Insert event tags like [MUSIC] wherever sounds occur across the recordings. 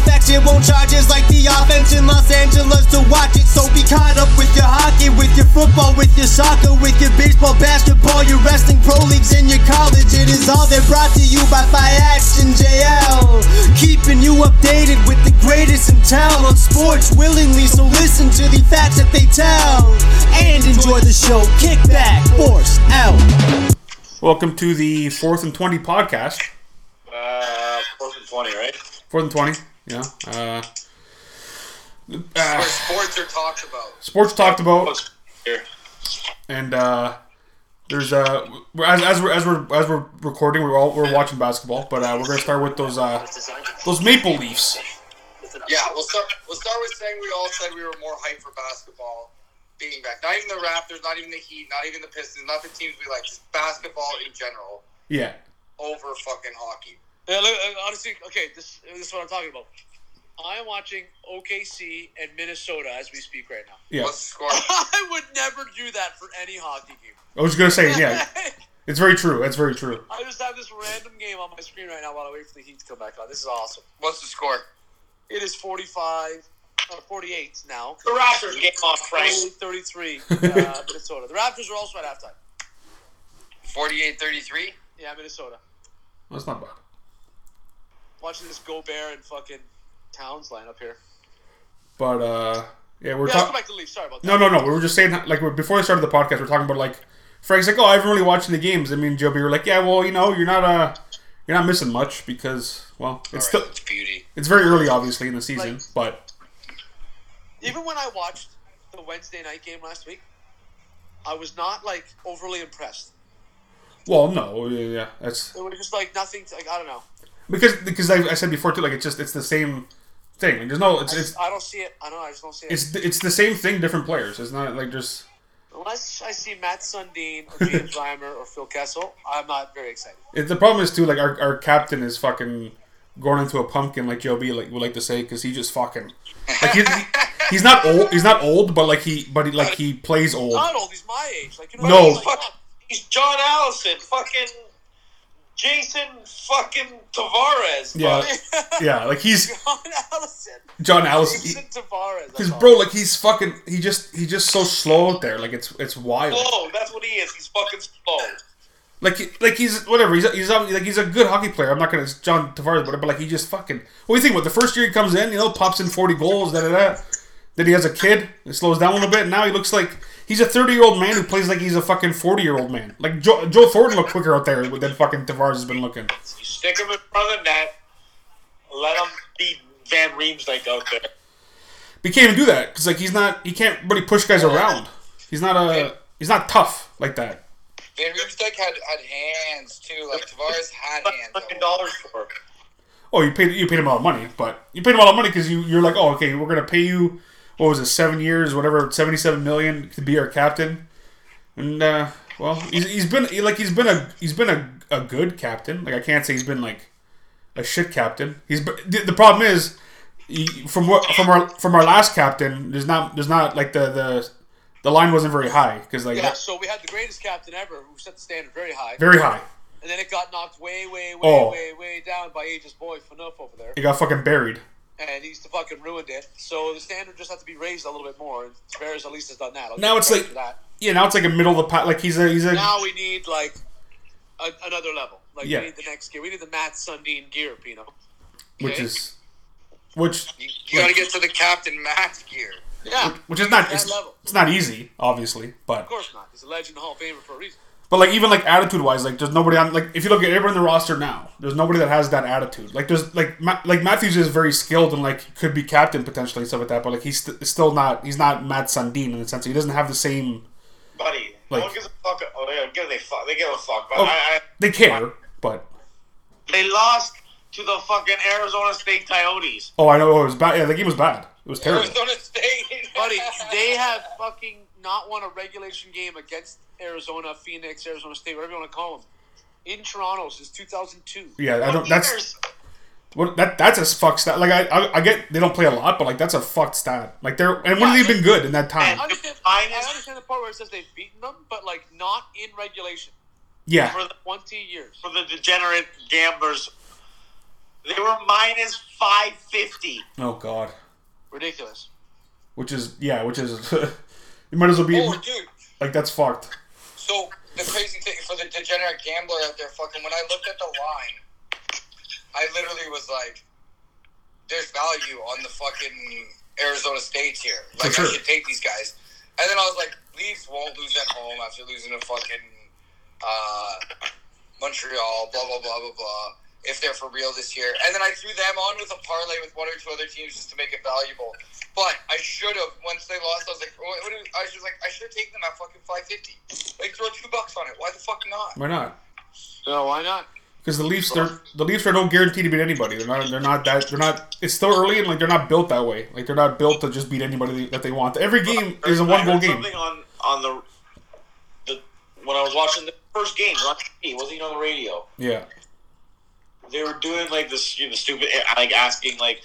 facts. It won't charge us like the offense in Los Angeles to watch it. So be caught up with your hockey, with your football, with your soccer, with your baseball, basketball, your wrestling, pro leagues, and your college. It is all they're brought to you by Fiats and JL. Keeping you updated with the greatest in town on sports willingly. So listen to the facts that they tell and enjoy the show. Kick back, force out. Welcome to the fourth and twenty podcast. Uh, fourth and twenty, right? Fourth and twenty, yeah. Uh, Where sports are talked about. sports talked about, Here. and uh, there's uh, we're- as, as we're as we're as we're recording, we're all we're watching basketball, but uh, we're gonna start with those uh, those Maple Leafs. Yeah, we'll start. We'll start with saying we all said we were more hyped for basketball being back. Not even the Raptors, not even the Heat, not even the Pistons, not the teams we like. Just basketball in general Yeah, over fucking hockey. Yeah, look, uh, honestly, okay, this, this is what I'm talking about. I'm watching OKC and Minnesota as we speak right now. yeah. What's the score? [LAUGHS] I would never do that for any hockey game. I was gonna say, yeah, it's very true. It's very true. [LAUGHS] I just have this random game on my screen right now while I wait for the Heat to come back on. This is awesome. What's the score? It is 45 or 48 now. The Raptors game off, 33 uh, [LAUGHS] Minnesota. The Raptors are also at halftime. 48-33? Yeah, Minnesota. That's not bad. Watching this Gobert and fucking Towns line up here. But uh, yeah, we're Yeah, let's go talking. back to the Leafs. Sorry about that. No, no, no. We were just saying how- like we're, before I started the podcast, we we're talking about like Frank's like, oh, I haven't really watched the games. I mean, Joe, we were like, yeah, well, you know, you're not uh, you're not missing much because well, it's still Alright, beauty. It's very early, obviously, in the season, Like- but even when I watched the Wednesday night game last week, I was not like overly impressed. well, no, yeah, yeah, that's It was just like nothing. To, like I don't know. because because I, I said before too, like it's just it's the same thing. Like, there's no, it's it's, I don't see it. I don't. know. I just don't see it. it's it's the same thing, different players. It's not like just Unless I see Matt Sundin [LAUGHS] or James Reimer or Phil Kessel, I'm not very excited. it, the problem is too, like our, our captain is fucking going into a pumpkin, like Joe B like would like to say, because he just fucking like he's he's not old, he's not old, but like he but he, like he plays old. Not old. He's my age. Like you know. No. Like, fuck. He's John Allison, fucking Jason fucking Tavares. Yeah, yeah, like he's [LAUGHS] John Allison. John Allison. Jason Tavares. that's Because all. bro, like he's fucking, he just he just so slow out there. Like it's it's wild. Slow, that's what he is. He's fucking slow. Like, he- like he's whatever. He's he's obvi- like he's a good hockey player. I'm not gonna John Tavares, but but like he just fucking. What do you think? What the first year he comes in, you know, pops in 40 goals, da da da. Then he has a kid. It slows down a little bit. And now he looks like he's a 30 year old man who plays like he's a fucking 40 year old man. Like Joe, Joe Thornton looked quicker out there than fucking Tavares has been looking. You stick him in front of the net, let him be Van Riemsdyk out there. But he can't even do that because like he's not. He can't really push guys around. He's not a. He's not tough like that. Van Riemsdyk had, had hands, too. Like, Tavares [LAUGHS] had hands. Fucking dollars for. oh, you paid you paid him a lot of money, but you paid him a lot of money because you you're like, oh, okay, we're gonna pay you what was it, seven years, whatever, seventy seven million to be our captain, and uh, well, he's, he's been he- like he's been a he's been a, a good captain. Like I can't say he's been like a shit captain. He's been- the, the problem is he- from what from our from our last captain, there's not there's not like the the the line wasn't very high because like Yeah, so we had the greatest captain ever who set the standard very high, very high. and then it got knocked way, way, way, Oh. way, way down by Aegis Boy Fanuff over there. It got fucking buried. and he's fucking ruined it. So the standard just had to be raised a little bit more. And Tavares at least has done that. I'll Now give it's credit like- for that. Yeah, now it's like a middle of the pack. Like he's a he's a now we need like a, another level. Like Yeah. we need the next gear. We need the Matt Sundin gear, Pino. which is which You, you gotta get to the captain Max gear. Yeah, which is not that it's, level. it's not easy, obviously, but of course not. He's a legend, Hall of Famer for a reason. but like even like attitude wise, like there's nobody on like if you look at everyone in the roster now, there's nobody that has that attitude. Like there's like Ma- like Matthews is very skilled and like could be captain potentially and stuff like that, but like he's st- still not he's not Matt Sundin in the sense that he doesn't have the same. Buddy, Like- no one gives a fuck. Oh, they don't give a fuck. They give a fuck. But Oh, I, I, they care, but they lost to the fucking Arizona State Coyotes. oh I know oh, it was bad. Yeah, the game was bad. It was terrible. Arizona State. Buddy, [LAUGHS] they have fucking not won a regulation game against Arizona, Phoenix, Arizona State, whatever you want to call them, in Toronto since 2002. Yeah, I don't. That's Years. what that. That's a fuck stat. Like I, I, I get they don't play a lot, but like that's a fucked stat. Like they're and when have they been good in that time? I understand, I Finest- understand the part where it says they've beaten them, but like not in regulation. Yeah, for the 20 years. for the degenerate gamblers. They were minus five fifty. Oh God, Ridiculous. which is yeah, which is [LAUGHS] you might as well be Oh, dude. like that's fucked. So the crazy thing for the degenerate gambler out there, fucking, when I looked at the line, I literally was like, "There's value on the fucking Arizona States here. Like, For sure. I should take these guys." And then I was like, "Leafs won't lose at home after losing to fucking uh, Montreal." Blah blah blah blah blah. If they're for real this year, and then I threw them on with a parlay with one or two other teams just to make it valuable. But I should have once they lost. I was like, what, what, do- I was just like, I should have taken them at fucking five fifty. Like throw two bucks on it. Why the fuck not? Why not? So why not? Because the Leafs, they're the Leafs are no guarantee to beat anybody. They're not. They're not that. They're not. It's still early, and like they're not built that way. Like they're not built to just beat anybody that they want. Every game is a I one goal heard game. Something on on the, the when I was watching the first game on TV, it wasn't even on the radio. Yeah, They were doing like this, you know, stupid eh, like asking like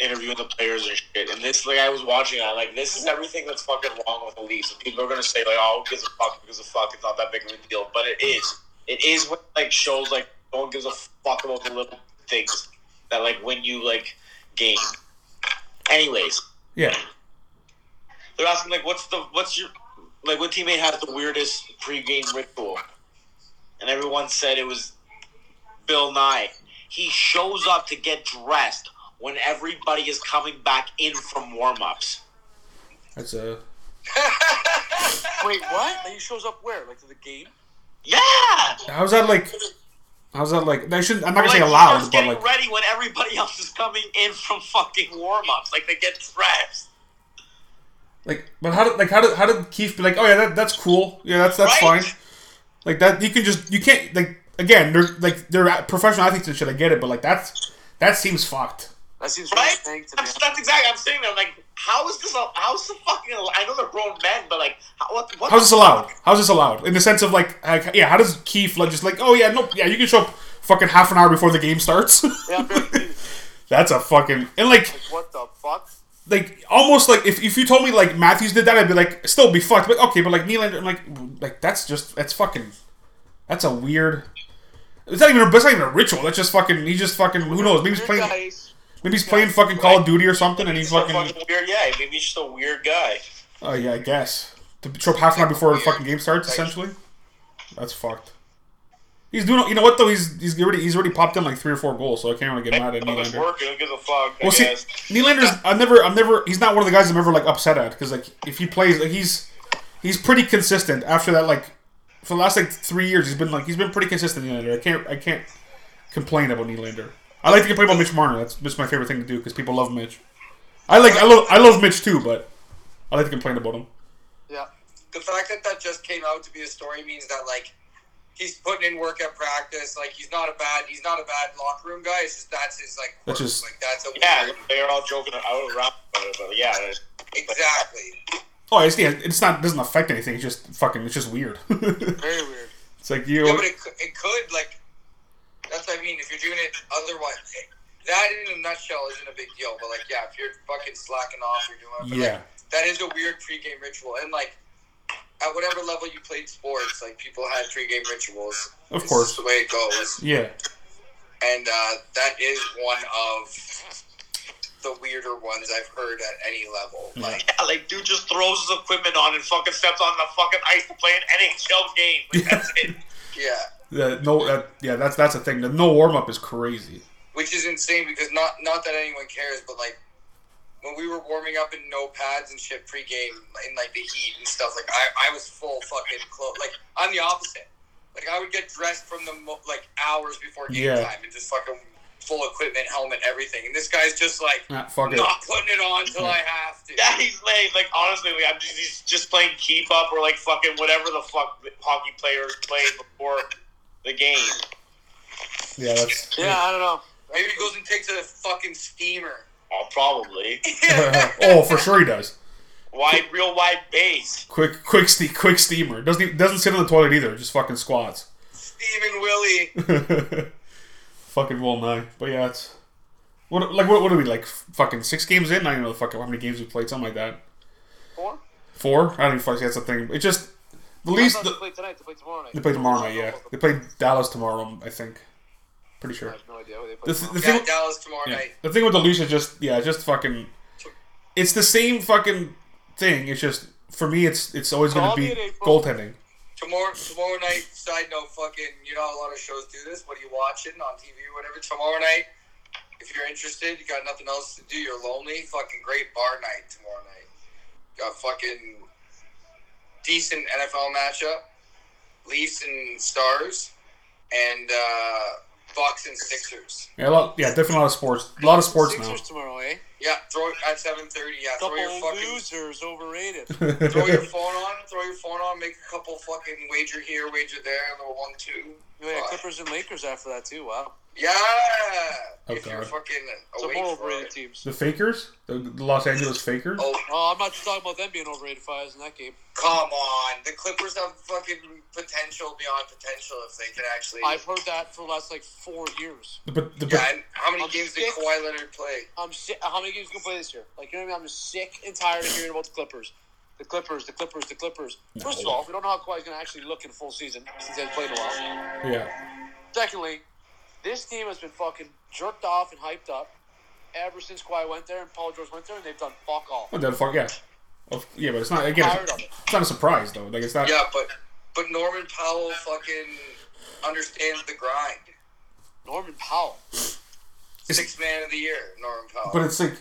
interviewing the players and shit. And this like I was watching, I like this is everything that's fucking wrong with the Leafs. And people are gonna say like, oh, who gives a fuck? Who gives a fuck? It's not that big of a deal, but it is. It is what like shows like no one gives a fuck about the little things that like win you like games. Anyways. yeah. They're asking like, what's the what's your like what teammate has the weirdest pregame ritual? And everyone said it was Bill Nye. He shows up to get dressed when everybody is coming back in from warm-ups. That's uh, a Wait, what? Like, he shows up where? Like to the game? Yeah, how's that like? How's that like? I shouldn't. I'm not gonna say Like, allowed, just but getting like ready when everybody else is coming in from fucking warm-ups. Like they get dressed. Like, but how did like how did how did Keith be like? Oh yeah, that, that's cool. Yeah, that's that's Right? fine. Like that, you can just you can't like again. They're like they're a- professional athletes and shit. I get it, but like that's that seems fucked. That seems Right? really strange to me. That's, that's exactly. I'm sitting there like, how is this? al- How is the fucking? al- I know they're grown men, but like, how, what? what How's this the allowed? How's this allowed? In the sense of like, like yeah, how does Keith like, just like oh yeah no yeah you can show up fucking half an hour before the game starts. Yeah, I'm very confused. [LAUGHS] that's a fucking and like what the fuck? like almost like if, if you told me like Matthews did that I'd be like still be fucked. But okay, but like Nylander, I'm like like that's just that's fucking that's a weird. It's not even a, it's not even a ritual. That's just fucking. He just fucking. Who knows? Maybe he's Weird playing. guys. Maybe he's playing fucking Call of Duty or something, and he's He's a fucking. fucking weird guy. Maybe he's just a weird guy. Oh yeah, I guess to show up half an hour before the fucking game starts. Essentially, that's fucked. He's doing. You know what though? He's he's already he's already popped in like three or four goals, so I can't really get mad at If it's Nylander. working, who gives a fuck? I Well, see, guess. Nylander's. I've never. I've never. He's not one of the guys I'm ever like upset at because like if he plays, like he's he's pretty consistent. After that, like for the last like three years, he's been like he's been pretty consistent. Nylander. I can't. I can't complain about Nylander. I like to complain about Mitch Marner. That's just my favorite thing to do because people love Mitch. I like. I love. I love Mitch too, but I like to complain about him. Yeah. The fact that that just came out to be a story means that like he's putting in work at practice. Like he's not a bad he's not a bad locker room guy. It's just that's his like That's quirk. just- like that's a Yeah, they're all joking out around about it, but yeah, it- exactly. Oh, it's yeah. It's not. It doesn't affect anything. It's just fucking. It's just weird. [LAUGHS] it's Very weird. like you. Yeah, but it, cou- it could like that's what I mean. If you're doing it otherwise, eh, that in a nutshell isn't a big deal. But like, yeah, if you're fucking slacking off, you're doing. It, but, Yeah. like, that is a weird pregame ritual, and like at whatever level you played sports, like people had pregame rituals. Of It's course. just the way it goes, [LAUGHS] Yeah. and uh, that is one of the weirder ones I've heard at any level. Like, yeah, like dude just throws his equipment on and fucking steps on the fucking ice to play an NHL game. Like, that's it. yeah. The, no. That, yeah. That's that's a thing. The no warm up is crazy. which is insane because not not that anyone cares, but like when we were warming up in no pads and shit pregame in like the heat and stuff, like I, I was full fucking clothes. Like I'm the opposite. Like I would get dressed from the mo- like hours before game Yeah. time and just fucking full equipment, helmet, everything. And this guy's just like Ah, fuck it. not putting it on till I have to. [LAUGHS] Yeah, he's lame. Like honestly, like I'm just, he's just playing keep up or like fucking whatever the fuck the hockey players play before the game. Yeah, that's. [LAUGHS] Yeah, I don't know. Maybe he goes and takes a fucking steamer. Oh, [LAUGHS] probably [LAUGHS] oh, for sure he does. wide, real wide base. Quick, quick, ste- quick steamer. Doesn't even, doesn't sit on the toilet either. Just fucking squats. [LAUGHS] Steven Willie. fucking well nine. But yeah, it's what like what, what are we like f- fucking six games in? I don't know the fuck how many games we played, something like that. Four? Four? I don't even fucking that's the thing. It just the I least thought they the, play tonight. They play tomorrow night. they play tomorrow night. Yeah, they play Dallas tomorrow. I think. Pretty I sure. have no idea what they play The, th- the tomorrow. Yeah, thing, Dallas tomorrow yeah. night. the thing with the leash is just yeah, it's just fucking. It's the same fucking thing. It's just for me, it's it's always going Call to me be at eight, bro. goaltending. Tomorrow, tomorrow night. Side note, fucking, you know, how a lot of shows do this. What are you watching on TV or whatever? Tomorrow night, if you're interested, you got nothing else to do. You're lonely. Fucking great bar night tomorrow night. Got fucking decent NFL matchup. Leafs and Stars, and uh, Bucks and Sixers. Yeah, a lot, yeah, definitely a lot of sports. A lot of sports now. Sixers tomorrow, eh? Yeah, throw it at seven thirty. Yeah, throw Couple your fucking losers, overrated. throw your phone on, throw your phone on, make a couple fucking wager here, wager there, a little one two. You had Fuck. Clippers and Lakers after that too. Wow, Yeah. Oh, if you're God. fucking some awake more for overrated it. [LAUGHS] teams. the Fakers, the, the Los Angeles Fakers. Oh Oh, I'm not talking about them being overrated. If I was in that game, come on! The Clippers have fucking potential beyond potential if they can actually. I've heard that for the last like four years. The, the, the, yeah, and how many I'm games did sick. Kawhi Leonard play? I'm sick. How many games can play this year? Like you know what I mean? I'm just sick and tired of hearing about the Clippers, the Clippers, the Clippers, the Clippers. First of all, we don't know how Kawhi's going to actually look in full season since they've played a while. yeah, Secondly, this team has been fucking jerked off and hyped up ever since Kawhi went there and Paul George went there, and they've done fuck all. what the fuck? Yeah, Of- yeah, but it's not again. Tired of it. It's not a surprise though. Like it's not. Yeah, but but Norman Powell fucking understands the grind. Norman Powell. Sixth man of the year, Norman Powell. But it's like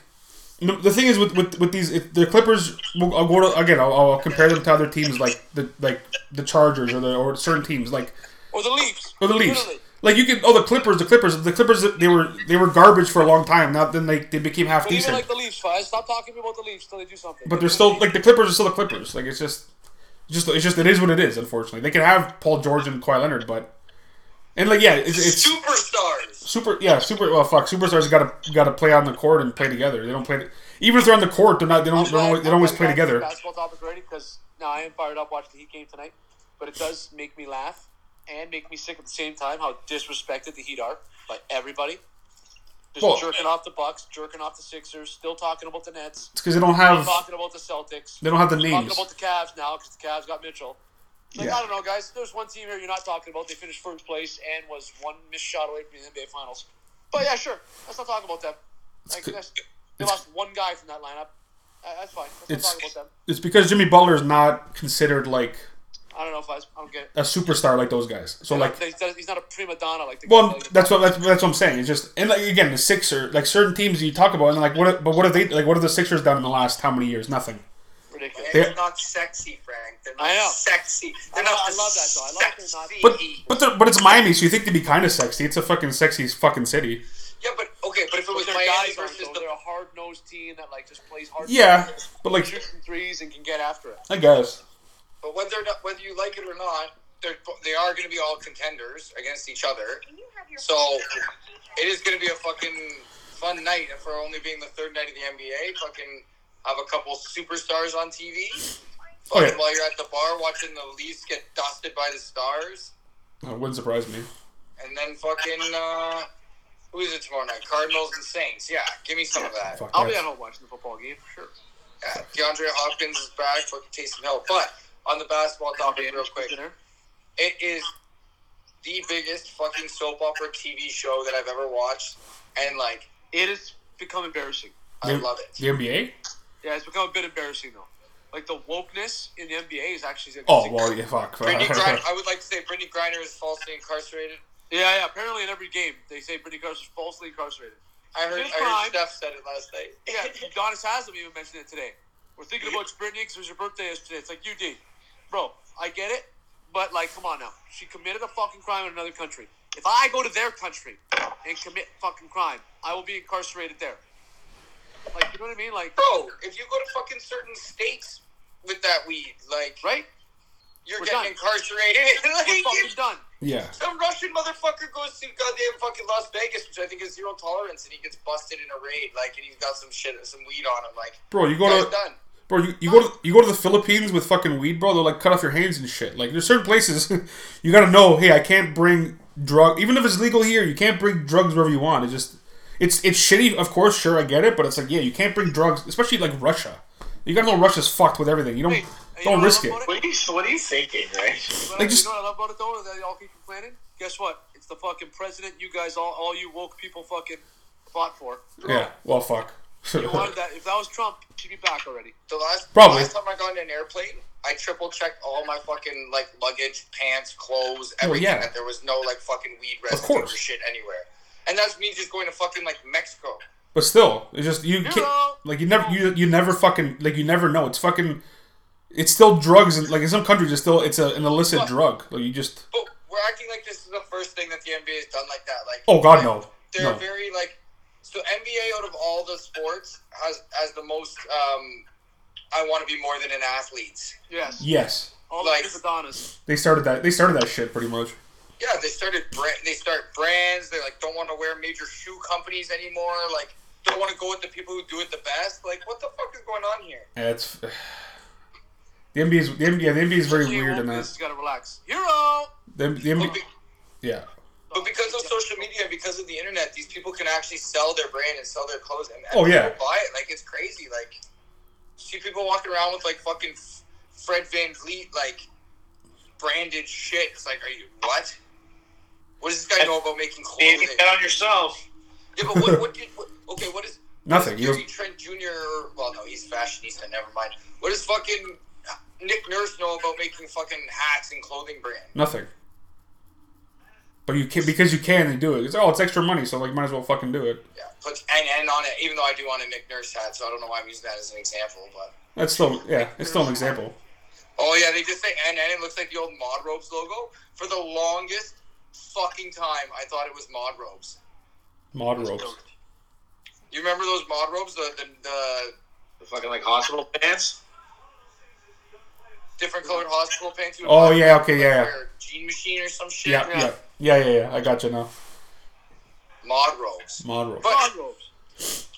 no, the thing is with with, with these if the Clippers. I'll I'll go to again. I'll, I'll compare them to other teams like the like the Chargers or the or certain teams like Or the Leafs. or the Leafs. Literally. Like you can oh the Clippers the Clippers the Clippers they were they were garbage for a long time. Now then they they became half But even decent. like the Leafs, Five. Stop talking to me about the Leafs till they do something. But they're still like the Clippers are still the Clippers. Like it's just, just it's just it is what it is. Unfortunately, they can have Paul George and Kawhi Leonard, but and like yeah, it's, it's Superstars. super yeah super well fuck superstars got to got to play on the court and play together. They don't play even if they're on the court, they're not they don't they don't, always- they don't always play together. Basketball topic already because now I am fired up watching the Heat game tonight, but it does make me laugh and make me sick at the same time how disrespected the Heat are by everybody. Just Well- jerking off the Bucks, jerking off the Sixers, still talking about the Nets, It's because they don't have talking about the Celtics, they don't have the talking names. about the Cavs now because the Cavs got Mitchell. Like, Yeah. I don't know, guys. There's one team here you're not talking about. They finished first place and was one missed shot away from the NBA Finals. But yeah, sure. Let's not talk about them. Like, c- that's- they it's- lost one guy from that lineup. Uh, that's fine. Let's It's not talk about them. it's because Jimmy Butler is not considered like I don't know if I, I don't get it. a superstar like those guys. So like They- they- he's not a prima donna like the Well, guy. that's what that's, that's what I'm saying. It's just and like again, the Sixer, like certain teams you talk about, and like what, but what have they like? What have the Sixers done in the last how many years? Nothing. ridiculous. And They're- It's not sexy, Frank. They're not I know. sexy. They're I know, not I the love that, though. I love that they're not- sexy- But but they're, but it's Miami, so you think they'd be kind of sexy. It's a fucking sexy fucking city. yeah, but okay, but if it But was their Miami guys are versus though. the They're a hard nosed team that like just plays hard. Yeah, but like shoots some threes and can get after it. I guess But whether or not, whether you like it or not, they're, they are going to be all contenders against each other. So it is going to be a fucking fun night for only being the third night of the NBA. Fucking have a couple superstars on TV. Fucking Okay. while you're at the bar watching the Leafs get dusted by the Stars, Uh, it wouldn't surprise me. and then fucking uh, who is it tomorrow night? Cardinals and Saints. Yeah, give me some of that. Fuck I'll that. be at home watching the football game. Sure. Yeah, DeAndre Hopkins is back. Fucking Taysom Hill. But on the basketball topic, real quick. Dinner. It is the biggest fucking soap opera TV show that I've ever watched, and like It has become embarrassing. I love it. The NBA. Yeah, it's become a bit embarrassing though. Like the wokeness in the NBA is actually. is Oh well, yeah, fuck. [LAUGHS] Brittany Griner, [LAUGHS] I would like to say Brittany Griner is falsely incarcerated. Yeah, yeah. Apparently, in every game, they say Brittany Griner is falsely incarcerated. I heard, Good I crime. heard Steph said it last night. Yeah, Adonis Haslam even mentioned it today. We're thinking about Brittany because it was your birthday yesterday. It's like you did, bro. I get it, but like, come on now. She committed a fucking crime in another country. If I go to their country and commit fucking crime, I will be incarcerated there. Like, you know what I mean? Like, Bro, if you go to fucking certain states with that weed, like right? you're We're getting done. incarcerated. [LAUGHS] like, We're fucking if done. Yeah, some Russian motherfucker goes to goddamn fucking Las Vegas, which I think is zero tolerance, and he gets busted in a raid, like, and he's got some shit, some weed on him, like, bro, you go guy's to done. Bro, you, you go to you go to the Philippines with fucking weed, bro. They'll like cut off your hands and shit. Like there's certain places [LAUGHS] you gotta know. Hey, I can't bring drug. Even if it's legal here, you can't bring drugs wherever you want. It's just it's it's shitty. Of course, sure, I get it, but it's like yeah, you can't bring drugs, especially like Russia. You gotta know Russia's fucked with everything. You don't Hey, you know don't what I risk love it. about What are you, what are you thinking, right? But Like, I- just- you know what I love about it though? That y'all keep complaining. Guess what? It's the fucking president. You guys, all, all you woke people, fucking fought for. Yeah. Well, fuck. You wanted that. If that was Trump, she'd be back already. The last Probably. last time I got in an airplane, I triple checked all my fucking like luggage, pants, clothes, Well, everything. Oh, yeah. That there was no like fucking weed residue or course. shit anywhere. And that's me just going to fucking like Mexico. [LAUGHS] But still, it's just you can't, know. like you never you you never fucking like you never know. It's fucking it's still drugs and like in some countries it's still it's a, an illicit drug. Like you just But we're acting like this is the first thing that the NBA has done like that. Like oh god like, no They're no very like so NBA out of all the sports has has the most. um I want to be more than an athlete. Yes. yes All Like- the kids Adonis. they started that they started that shit pretty much. Yeah, they started brand. They start brands. They like don't want to wear major shoe companies anymore. Like don't want to go with the people who do it the best. Like what the fuck is going on here? Yeah, it's [SIGHS] the NBA is the NBA, yeah, the NBA is very She weird in woke that This got to relax. Hero. the, the But, NBA, be- yeah but because of social media, because of the internet, these people can actually sell their brand and sell their clothes and, and Oh, yeah. people buy it. Like it's crazy. Like see people walking around with like fucking F- Fred Van Vliet like branded shit. It's like, are you what? What does this guy know about making You clothing? can bet on yourself. Yeah, but what? What? Did, what okay, what is? nothing you Gary don't- Trent Jr. Well, no, he's fashionista. Never mind. What does fucking Nick Nurse know about making fucking hats and clothing brand? nothing. But you can because you can and do it. It's oh it's extra money so like might as well fucking do it. Yeah, puts and and on it. Even though I do want a Nick Nurse hat, so I don't know why I'm using that as an example. But That's still yeah it's still an example. oh yeah, they just say and and it looks like the old Mod Ropes logo. For the longest fucking time, I thought it was Mod Ropes. Mod ropes. You remember those Mod Ropes? The the, the The fucking like hospital pants. different colored hospital pants. you would Oh buy yeah from, okay like, yeah. yeah. their Gene machine or some shit. Yeah, yeah, yeah, yeah, yeah. I got you now. Mod Ropes. Mod rope. But- Hot ropes.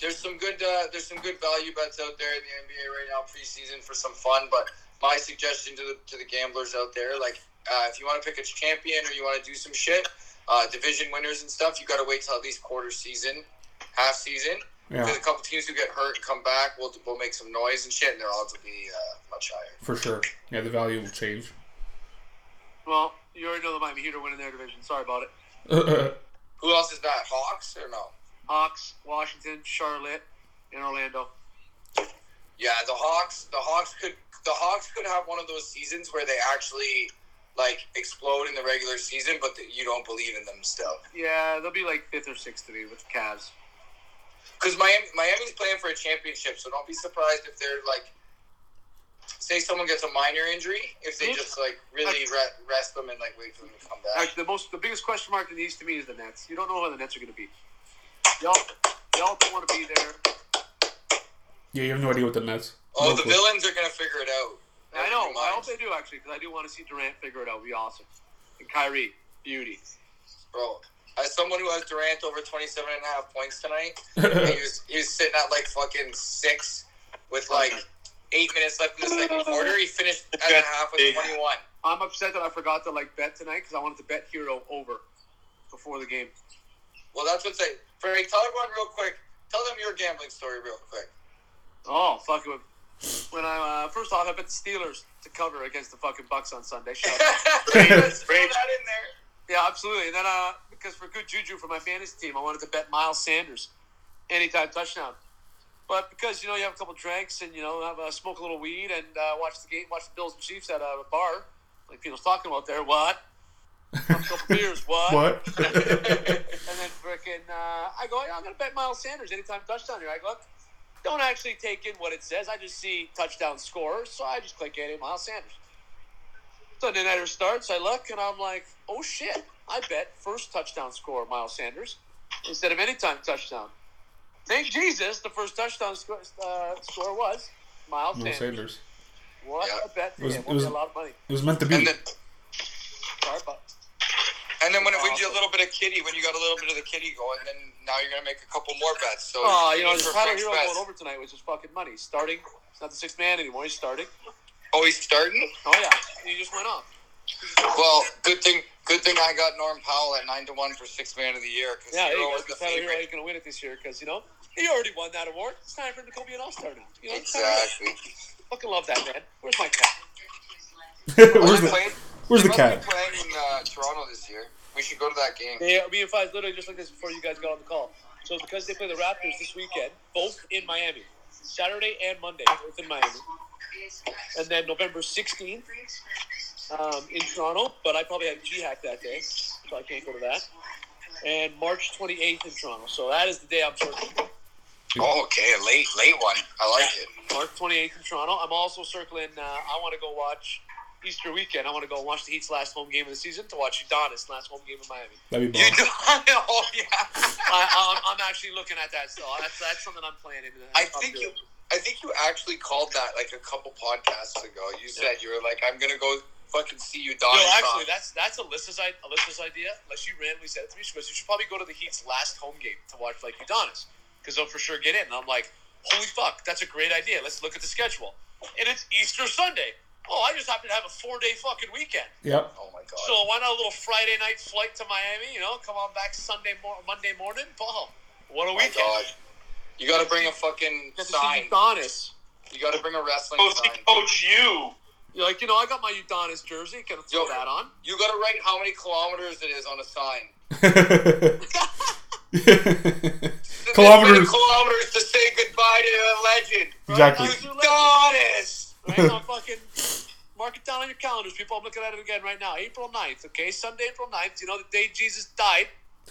there's some good uh, there's some good value bets out there in the NBA right now preseason for some fun. But my suggestion to the to the gamblers out there, like uh, if you want to pick a champion or you want to do some shit, uh, division winners and stuff, you got to wait till at least quarter season, half season. Yeah, There's a couple teams who get hurt and come back. We'll we'll make some noise and shit, and their odds will be uh, much higher. for sure. Yeah, the value will change. [LAUGHS] Well, you already know the Miami Heat are winning their division. Sorry about it. yeah, Who else is that? Hawks or no? Hawks, Washington, Charlotte, and Orlando. Yeah, the Hawks. The Hawks could. The Hawks could have one of those seasons where they actually like explode in the regular season, but that you don't believe in them still. Yeah, they'll be like fifth or sixth to me with the Cavs. Because Miami, Miami's playing for a championship, so don't be surprised if they're like, say someone gets a minor injury, if they Mhm. just like really re- rest them and like wait for them to come back. Like the most, the biggest question mark in the East to me is the Nets. You don't know who the Nets are going to be. Y'all, y'all don't want to be there. you have no idea what the Nets. Oh, No the clue. villains are gonna figure it out. I know. Never I mind. hope they do actually, because I do want to see Durant figure it out. It'd be awesome. And Kyrie, beauty. bro. As someone who has Durant over 27 and a half points tonight, [LAUGHS] [LAUGHS] he was he was sitting at like fucking six with like eight minutes left in the second quarter. He finished at the half with 21. I'm upset that I forgot to like bet tonight because I wanted to bet Hero over before the game. Well, that's what's like. Frank, tell everyone real quick. Tell them your gambling story real quick. [LAUGHS] Oh fuck it! When I uh, first off, I bet the Steelers to cover against the fucking Bucks on Sunday. Shut up. Let's throw that in there. Yeah, absolutely. And then uh, because for good juju for my fantasy team, I wanted to bet Miles Sanders anytime touchdown. But because you know you have a couple drinks and you know have uh, smoke a little weed and uh, watch the game, watch the Bills and Chiefs at a bar, like Peter's talking about there. What? Have a couple beers. What? what? [LAUGHS] And then frickin' uh, I go, yeah, I'm gonna bet Miles Sanders anytime touchdown here. I go, don't actually take in what it says. I just see touchdown scorer, so I just click any Miles Sanders. Sunday nighter starts. I look and I'm like, oh shit! I bet first touchdown scorer Miles Sanders instead of anytime touchdown. Thank Jesus, the first touchdown score, uh, score was Miles no Sanders. Sanders. What Yeah. a bet! It was- yeah, it was- [LAUGHS] a lot of money. It was meant to be. And then Sorry, but And then when it, we did a little bit of kitty, when you got a little bit of the kitty going, then now you're gonna make a couple more bets. So Oh, you know, the for title fixed hero bets. going over tonight was just fucking money. He's Starting, it's not the sixth man anymore. He's starting. Oh, he's starting. Oh yeah, he just went off. Well, good thing, good thing I got Norm Powell at nine to one for sixth man of the year because Yeah, there hero you go. was The the title hero favorite. ain't gonna win it this year because you know he already won that award. It's time for him to go be an all star now. You know, it's time for- Exactly. fucking love that man. Where's my cat? where's They the played- Where's the they must cat? Be playing in uh, Toronto this year. We should go to that game. They, me and Fives literally just like this before you guys got on the call. So because they play the Raptors this weekend, both in Miami, Saturday and Monday, both in Miami, and then November 16th um, in Toronto. But I probably had G Hack that day, so I can't go to that. And March 28th in Toronto. So that is the day I'm circling. Oh, okay, a late, late one. I like it. March 28th in Toronto. I'm also circling. Uh, I want to go watch Easter weekend. I want to go watch the Heat's last home game of the season to watch Udonis last home game in Miami. That'd be You bomb. do. [LAUGHS] oh yeah. I, I'm, I'm actually looking at that still. That's that's something I'm planning. I think you, I think you actually called that like a couple podcasts ago. You said you were like, I'm gonna go fucking see you, Don. No, actually, that's that's Alyssa's, i- Alyssa's idea. Like she randomly said it to me. She goes, "You should probably go to the Heat's last home game to watch like Udonis, because they'll for sure get in." And I'm like, "Holy fuck, that's a great idea. Let's look at the schedule." And it's Easter Sunday. Oh, I just happen to have a four-day fucking weekend. Yep. Oh my god. So why not a little Friday night flight to Miami? You know, come on back Sunday mor- Monday morning. Boom. What a oh my weekend! god. You gotta bring a [LAUGHS] fucking Get to see sign. Udonis. You gotta bring a wrestling Oh, sign. coach you. You're like, you know, I got my Udonis jersey. Can I throw Yo. that on? You gotta write how many kilometers it is on a sign. [LAUGHS] Kilometers. Kilometers to say goodbye to a legend. Exactly. Udonis. Right? I'm fucking mark it down on your calendars, people. I'm looking at it again right now. April 9th, okay? Sunday, April 9th, you know, the day Jesus died.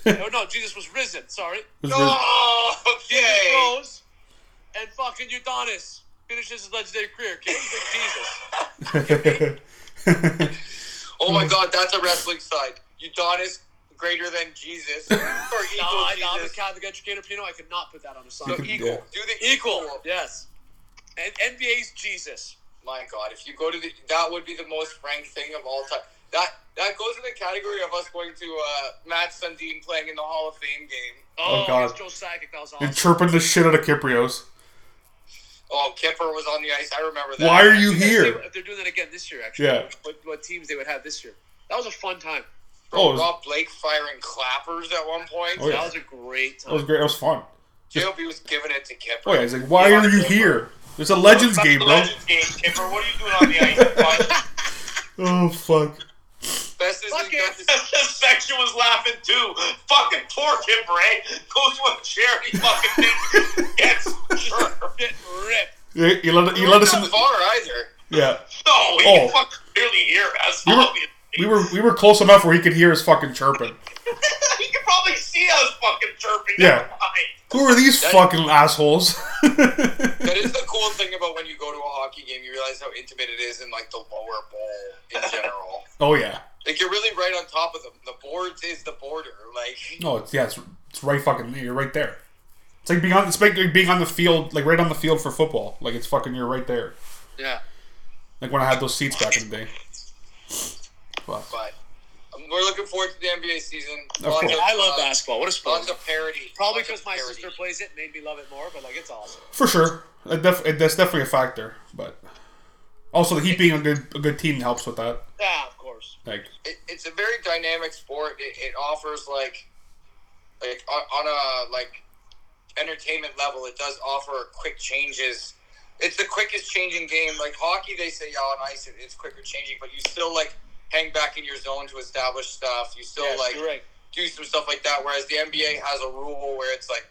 oh, no, Jesus was risen, sorry. Oh, [LAUGHS] Jesus okay. rose, and fucking Udonis finishes his legendary career, okay? He's like Jesus. [LAUGHS] Oh Mm. my god, that's a wrestling sign. Udonis greater than [LAUGHS] Jesus. Or No, equal I, I'm a Jesus. Catholic educator, you know, I could not put that on a So sign. could- equal. yeah. Do the Equal, equal. yes. And NBA's Jesus. My God, if you go to the, that would be the most frank thing of all time. That that goes in the category of us going to uh, Matt Sundin playing in the Hall of Fame game. Oh, Oh, God. Joe Sakic, that was And awesome. chirping the shit out of Kiprios. Oh, Kipper was on the ice. I remember that. Why are you If they- here? If they're doing that again this year, actually. Yeah. What, what teams they would have this year. That was a fun time. Oh, it was, that Rob Blake firing clappers at one point. Oh, yeah. That was a great time. was great. That was fun. JLB was giving it to Kipper. Oh yeah, he's like, why are you here? It's a Legends game, bro. Legends game, Kipper. What are you doing on the ice? [LAUGHS] Fuck. Oh fuck. Best is Fuck he got it. this- the section was laughing too. Fucking poor Kipper, eh? Goes to a charity fucking [LAUGHS] thing. Gets hurt. Get ripped. You, you let you He let us in. not The, far either. yeah, No, he Oh. can fucking clearly hear us. we were, obviously. we were we were close enough where he could hear us fucking chirping. [LAUGHS] he can probably see us fucking chirping. Yeah. Never mind. Who are these fucking assholes? That is the cool thing about when you go to a hockey game, you realize how intimate it is in like the lower bowl in [LAUGHS] general. [LAUGHS] oh yeah. like you're really right on top of them. The boards is the border. Like [LAUGHS] No, it's yeah, it's, it's right fucking you're right there. It's like being on it's like being on the field, like right on the field for football. Like it's fucking you're right there. Yeah. Like when I had those seats back in the day. Fuck. But um, we're looking forward to the NBA season. course. I love uh, basketball. What a sport. Lots of parody. Probably Lots of because my parody. sister plays it made me love it more, but like it's awesome. For sure. That def- it- that's definitely a factor, but also the Heat being a good a good team helps with that. Yeah, of course. Like It, it's a very dynamic sport. It, it offers like, like on, on a like entertainment level, it does offer quick changes. It's the quickest changing game. Like hockey, they say yeah, on ice it, it's quicker changing, but you still like hang back in your zone to establish stuff. You still Yes, like you're right. do some stuff like that. Whereas the NBA has a rule where it's like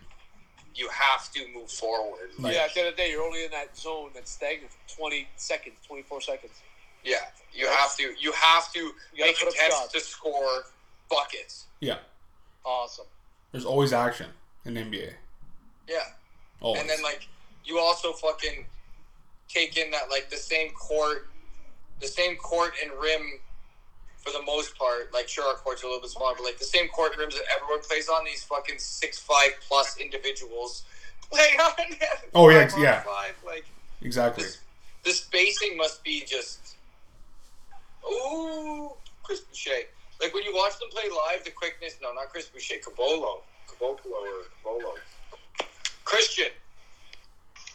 you have to move forward. Like, Yeah, at the end of the day, you're only in that zone that's stagnant for 20 seconds, 24 seconds. Yeah, you have to. You have to gotta make put up shots. attempts to score buckets. yeah. Awesome. There's always action in the NBA. Yeah, Always. and then like you also fucking take in that like the same court, the same court and rim for the most part. Like sure, our court's are a little bit smaller, but like the same court rims that everyone plays on. These fucking six five plus individuals play on. [LAUGHS] Oh, yeah, five on yeah. Five like exactly. the spacing must be just. Ooh, Christian Shea. Like when you watch them play live, the quickness. No, not Chris Boucher. Cabolo. Caboclo or Cabolo. Christian.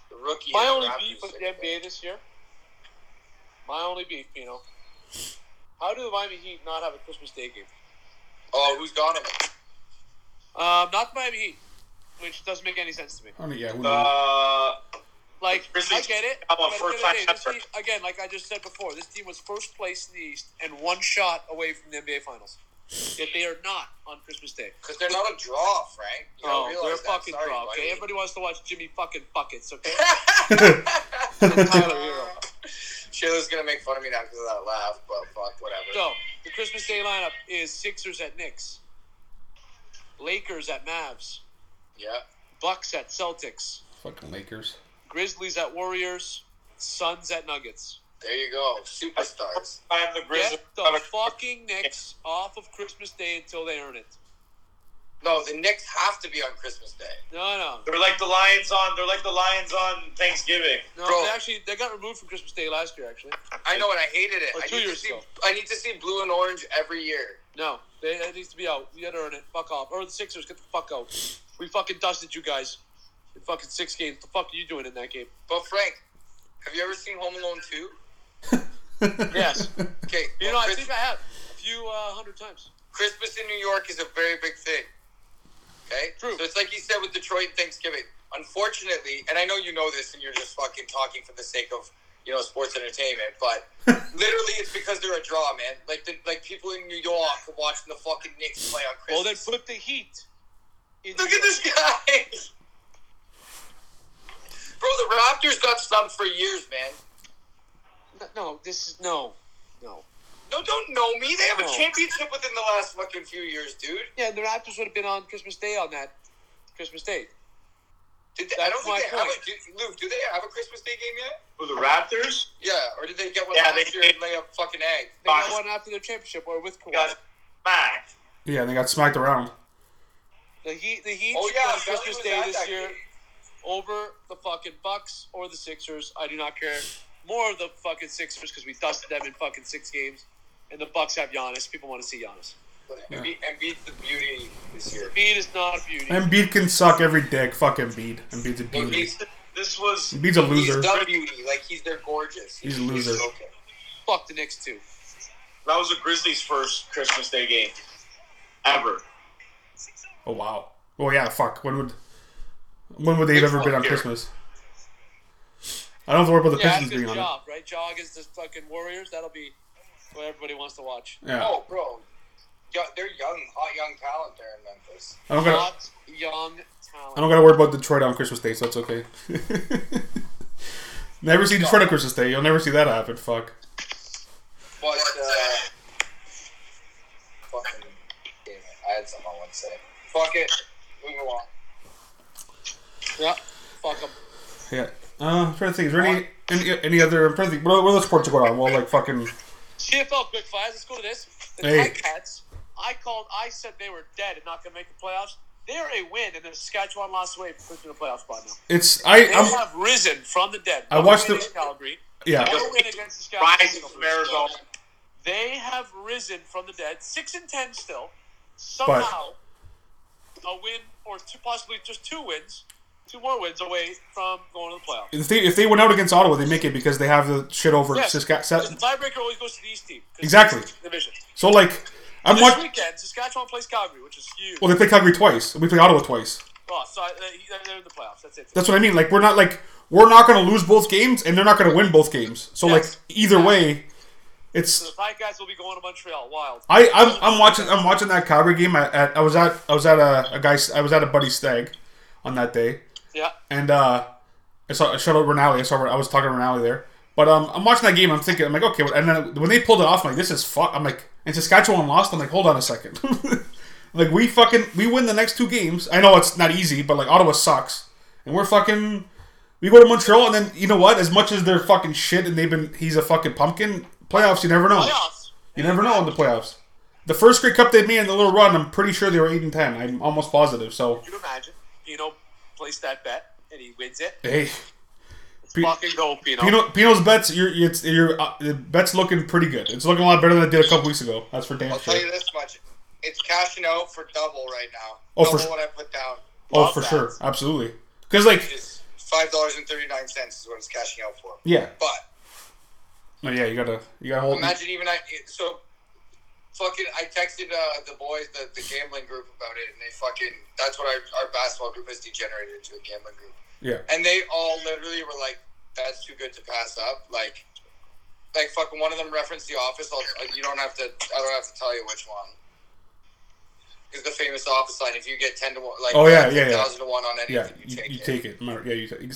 The rookie. My of the only Raptors. beef with the NBA this year. My only beef, Pino. How do the Miami Heat not have a Christmas Day game? Oh, who's got him? Um, not the Miami Heat, which doesn't make any sense to me. I mean, yeah, who knows? Uh, Like I Grizzlies get it. come on but at the first end of the time day, this effort. team- again, like I just said before, this team was first place in the East and one shot away from the NBA Finals. Yet they are not on Christmas Day. Because they're not a draw, Frank. You don't Oh, realize they're that. fucking Sorry, draw. Okay, buddy. everybody wants to watch Jimmy fucking buckets. [LAUGHS] Okay, Tyler Hero. Shayla's gonna make fun of me now because of that laugh, but fuck, whatever. so the Christmas Day lineup is Sixers at Knicks, Lakers at Mavs, Yeah. Bucks at Celtics, Fucking Lakers. Grizzlies at Warriors, Suns at Nuggets. There you go. Superstars. I'm the Grizzlies. Get the fucking Knicks off of Christmas Day until they earn it. No, the Knicks have to be on Christmas Day. No, no, They're like the Lions on. They're like the Lions on Thanksgiving. no. Bro. They actually they got removed from Christmas Day last year. Actually, I know, and I hated it. Or I two need to years see. ago. I need to see blue and orange every year. no, they, that needs to be out. You got to earn it. Fuck off. Or the Sixers, get the fuck out. We fucking dusted you guys. In fucking six games. the fuck are you doing in that game? But Frank, have you ever seen Home Alone two? Yes. Okay, You [LAUGHS] well, know, I Chris- think I have a few uh, hundred times. Christmas in New York is a very big thing. Okay, True. So it's like you said with Detroit and Thanksgiving. Unfortunately, and I know you know this, and you're just fucking talking for the sake of you know sports entertainment, [LAUGHS] but literally it's because they're a draw, man. Like the, like people in New York are watching the fucking Knicks play on Well, Christmas. then put the Heat. In Look at this guy. Bro, the Raptors got stumped for years, man. No, this is no, no. No, don't know me. They have a No. championship within the last fucking few years, dude. Yeah, the Raptors would have been on Christmas Day on that Christmas Day. Did they, I don't That's think my they have a point. do, Luke. Do they have a Christmas Day game yet? Who the Raptors? Yeah, or did they get one Yeah, last they year and did. lay a fucking egg? They got Fine. one after their championship or with Kawhi. Got smacked. [LAUGHS] Yeah, and they got smacked around. The Heat, the Heat Oh should yeah, go on Christmas Day this year Game. over the fucking Bucks or the Sixers. I do not care. More of the fucking Sixers because we dusted them in fucking six games, and the Bucks have Giannis. People want to see Giannis. But Embiid, Embiid's the beauty this year. Embiid is not a beauty. Embiid can suck every dick. Fuck Embiid. Embiid's a beauty. Embiid's, This was Embiid's a he's loser. the beauty. Like he's they're gorgeous. He's a loser. okay. Fuck the Knicks too. that was the Grizzlies' first Christmas Day game ever. Oh wow. Well yeah, fuck. When would when would they have ever been on Christmas? I don't have to worry about the Yeah, that's Pistons his being on it. job, right? Jaw against the fucking Warriors. That'll be what everybody wants to watch. Yeah. Oh, bro, Yo, they're young, hot young talent there in Memphis. I don't gotta Hot young I talent. don't gotta worry about Detroit on Christmas Day, so it's okay. [LAUGHS] never see Detroit on Christmas Day. You'll never see that happen. Fuck. But uh, fucking, damn it, I had something I wanted to say. Fuck it, move along. Yeah, fuck them. Yeah. Uh, I'm trying to think. Is there any any, any other? I'm trying to think. What, what other sports are going on? Well, like fucking. CFL quick fires. Let's go to this. The Hey. Cats. I called. I said they were dead and not going to make the playoffs. They're a win, and the Saskatchewan lost away from clinching the playoff spot now. It's I. They I'm, have risen from the dead. I watched One the- win in Calgary. yeah. One win against the Rising Saskatchewan. from Arizona. They have risen from the dead. Six and ten still. Somehow, a win or two, possibly just two wins, two more wins away from going to the playoffs. If they if they went out against Ottawa, they make it because they have the shit over Yes. The Saskatchewan. tiebreaker always goes to the East team. 'cause Exactly. it's the Division. So like, I'm This watching. weekend, Saskatchewan plays Calgary, which is huge. Well, they play Calgary twice. We play Ottawa twice. Oh, so uh, they're in the playoffs. That's it. That's what I mean. Like we're not like we're not going to lose both games, and they're not going to win both games. So Yes. like either way, it's the Pie guys will be going to Montreal. Wild. I I'm, I'm watching I'm watching that Calgary game. At, at I was at I was at a, a guy's I was at a buddy's stag on that day, Yeah. and uh, I saw I showed out Rinaldi. I saw I was talking to Rinaldi there. But um, I'm watching that game. I'm thinking, I'm like, okay. And then when they pulled it off, I'm like, this is fuck. I'm like, and Saskatchewan lost. I'm like, hold on a second. [LAUGHS] like we fucking we win the next two games. I know it's not easy, but like Ottawa sucks, and we're fucking. We go to Montreal, and then you know what? As much as they're fucking shit, and they've been he's a fucking pumpkin. Playoffs, you never know. Playoffs. You never know in the playoffs. The first Great Cup they made in the little run, I'm pretty sure they were eight and ten. I'm almost positive. So You imagine, you know, place that bet and he wins it. hey, It's Fucking go, Pino. Pino, Pino's bets, your your- it's your uh, the bet's looking pretty good. It's looking a lot better than it did a couple weeks ago. That's for damn I'll tell you sure. this much. It's cashing out for double right now. Oh, for double sure. what I put down. Oh, Love for that. sure, absolutely. Because like, It's five dollars and thirty nine cents is what it's cashing out for. yeah, But no, yeah, you gotta you gotta hold. Imagine even I it- so fucking I texted uh, the boys the, the gambling group about it and they fucking that's what our, our basketball group has degenerated into a gambling group. Yeah, And they all literally were like, That's too good to pass up. Like like fucking one of them referenced the office. I'll, uh, you don't have to I don't have to tell you which one. Because the famous office line, if you get ten to one like Oh, yeah, yeah, yeah. 10,000 to one on anything yeah, you you, take you it take it. No, Yeah, you take.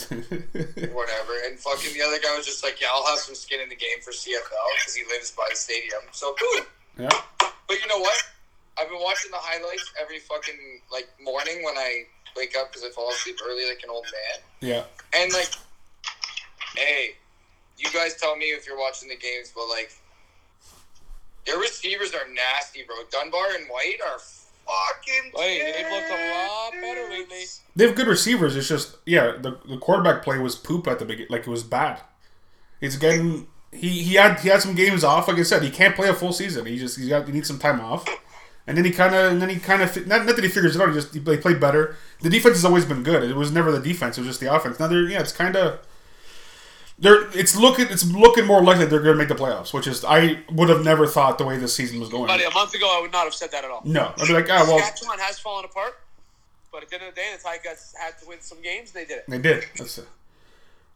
whatever. And fucking the other guy was just like, yeah, I'll have some skin in the game for CFL because he lives by the stadium. So boom. [LAUGHS] yeah, But you know what? I've been watching the highlights every fucking like morning when I wake up because I fall asleep early like an old man. yeah. And like, hey, you guys tell me if you're watching the games, but like, their receivers are nasty, bro. Dunbar and White are fucking. Wait, they've looked a lot better lately. They have good receivers. It's just yeah, the, the quarterback play was poop at the beginning. Like it was bad. He's getting he he had he had some games off. Like I said, he can't play a full season. He just he's got he needs some time off. And then he kind of and then he kind of not, not that he figures it out. He just he play, played better. The defense has always been good. It was never the defense. It was just the offense. Now they're yeah, it's kind of. They're, it's looking it's looking more likely they're going to make the playoffs, which is I would have never thought the way this season was going. Buddy, a month ago, I would not have said that at all. No, I'd be like, ah, well, Saskatchewan has fallen apart, but at the end of the day, the Tigers had to win some games. They did it. They did. That's it.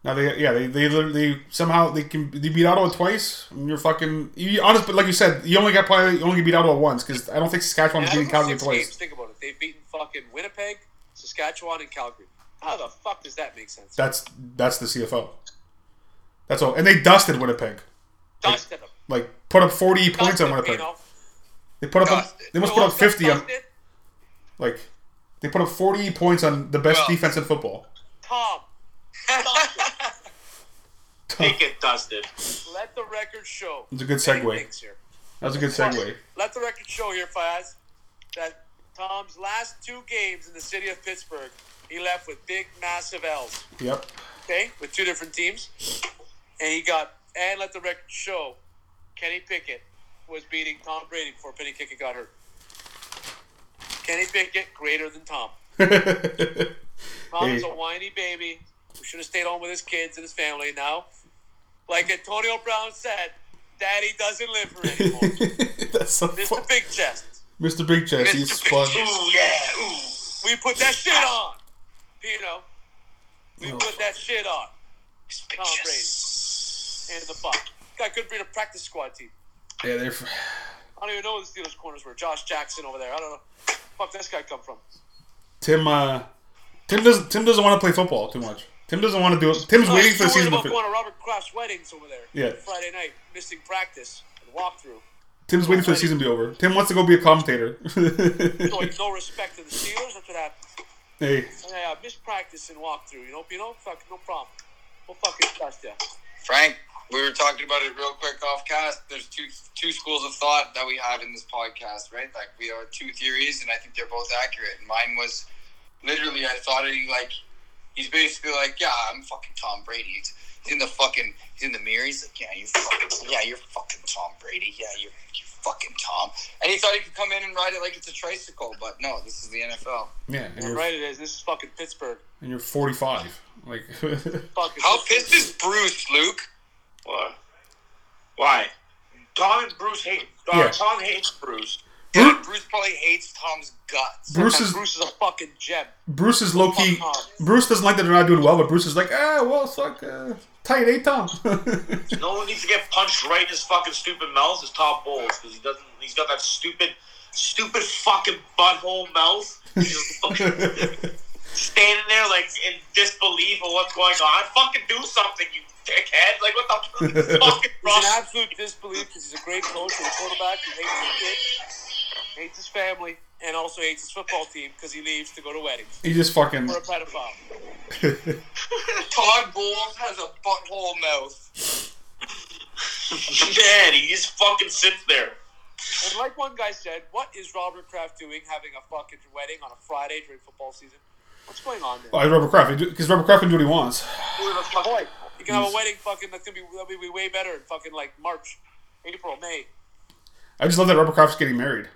Now they yeah they they literally somehow they can they beat Ottawa twice. And you're fucking you honest, but like you said, you only got probably you only beat Ottawa once because I don't think Saskatchewan And was out of beating Calgary those six games, twice. think about it. They've beaten fucking Winnipeg, Saskatchewan, and Calgary. How the fuck does that make sense? That's that's the CFL. That's all, and they dusted Winnipeg. Dusted them. Like put up forty points on Dusted, Winnipeg. Pino. They put up Dusted. they must Pino, put up fifty um, on dusted. like they put up forty points on the best Well. defense in football. Tom, They get dusted. let the record show. It's a good many segue. things here. That was a good segue. Let the record show here, Faz, that Tom's last two games in the city of Pittsburgh, he left with big, massive L's. Yep. Okay, with two different teams, and he got and let the record show, Kenny Pickett was beating Tom Brady before Kenny Pickett got hurt. Kenny Pickett greater than Tom. Tom is a Hey. whiny baby who should have stayed home with his kids and his family. Now, like Antonio Brown said, Daddy doesn't live for [LAUGHS] anymore. [LAUGHS] That's so Mr. fu- Big Chest. Mr. Big Chest. He's Mr. Big fun. Ooh, yeah. Ooh. We put that shit on, Pino. We Oh, put that shit on Tom Brady Yes. and the Buck. Got good breed of practice squad team. Yeah, they're. f- I don't even know who the Steelers corners were. Josh Jackson over there. I don't know. Fuck, this guy come from. Tim uh, Tim doesn't Tim doesn't want to play football too much. Tim doesn't want to do it. Tim's I waiting was for the too Oh, worried season. to about Fi- going to Robert Kraft's weddings over there. Yeah. Friday night, missing practice and walkthrough. Tim's waiting for the season to be over. Tim wants to go be a commentator. [LAUGHS] Showing no respect to the Steelers. That's what happened. hey, And I uh, missed practice and walkthrough. You know, Pino. Fuck, no problem. We'll fucking trust you. Frank, we were talking about it real quick off cast. There's two two schools of thought that we have in this podcast, right? Like we are two theories, and I think they're both accurate. And mine was literally, I thought he like he's basically like, yeah, I'm fucking Tom Brady. He's, he's in the fucking he's in the mirror. He's like, yeah, you fucking yeah, you're fucking Tom Brady. Yeah, you're you fucking Tom. And he thought he could come in and ride it like it's a tricycle, but no, this is the NFL. yeah, and You're you're, right, it is. This is fucking Pittsburgh. and you're 45. Like, Fucking How Pittsburgh. pissed is Bruce, Luke? What? Why? Tom and Bruce hate. Uh, Yeah. Tom hates Bruce. Yeah, Bruce probably hates Tom's guts. Bruce Bruce is Bruce is a fucking gem. [LAUGHS] Bruce is low key. Fuck Tom. Bruce doesn't like that they're not doing well, but Bruce is like, ah, well, fuck, uh, tight eight Tom. [LAUGHS] No one needs to get punched right in his fucking stupid mouth is Tom Bowles because he doesn't. He's got that stupid, stupid fucking butthole mouth. He's just fucking standing there like in disbelief of what's going on. Fucking do something, you dickhead! Like what the [LAUGHS] fuck? fucking He's in wrong? absolute disbelief because he's a great coach and a quarterback who hates his kids, hates his family, and also hates his football team because he leaves to go to weddings. he just fucking. Or a pedophile. Todd Bowles has a butthole mouth. Man, he just fucking sits there. And like one guy said, what is Robert Kraft doing having a fucking wedding on a Friday during football season? What's going on there? Oh, Robert Kraft, because Robert Kraft can do what he wants. Boy, You can have a wedding fucking that's gonna be that'll be way better in fucking like March, April, May. I just love that Robert Kraft's getting married.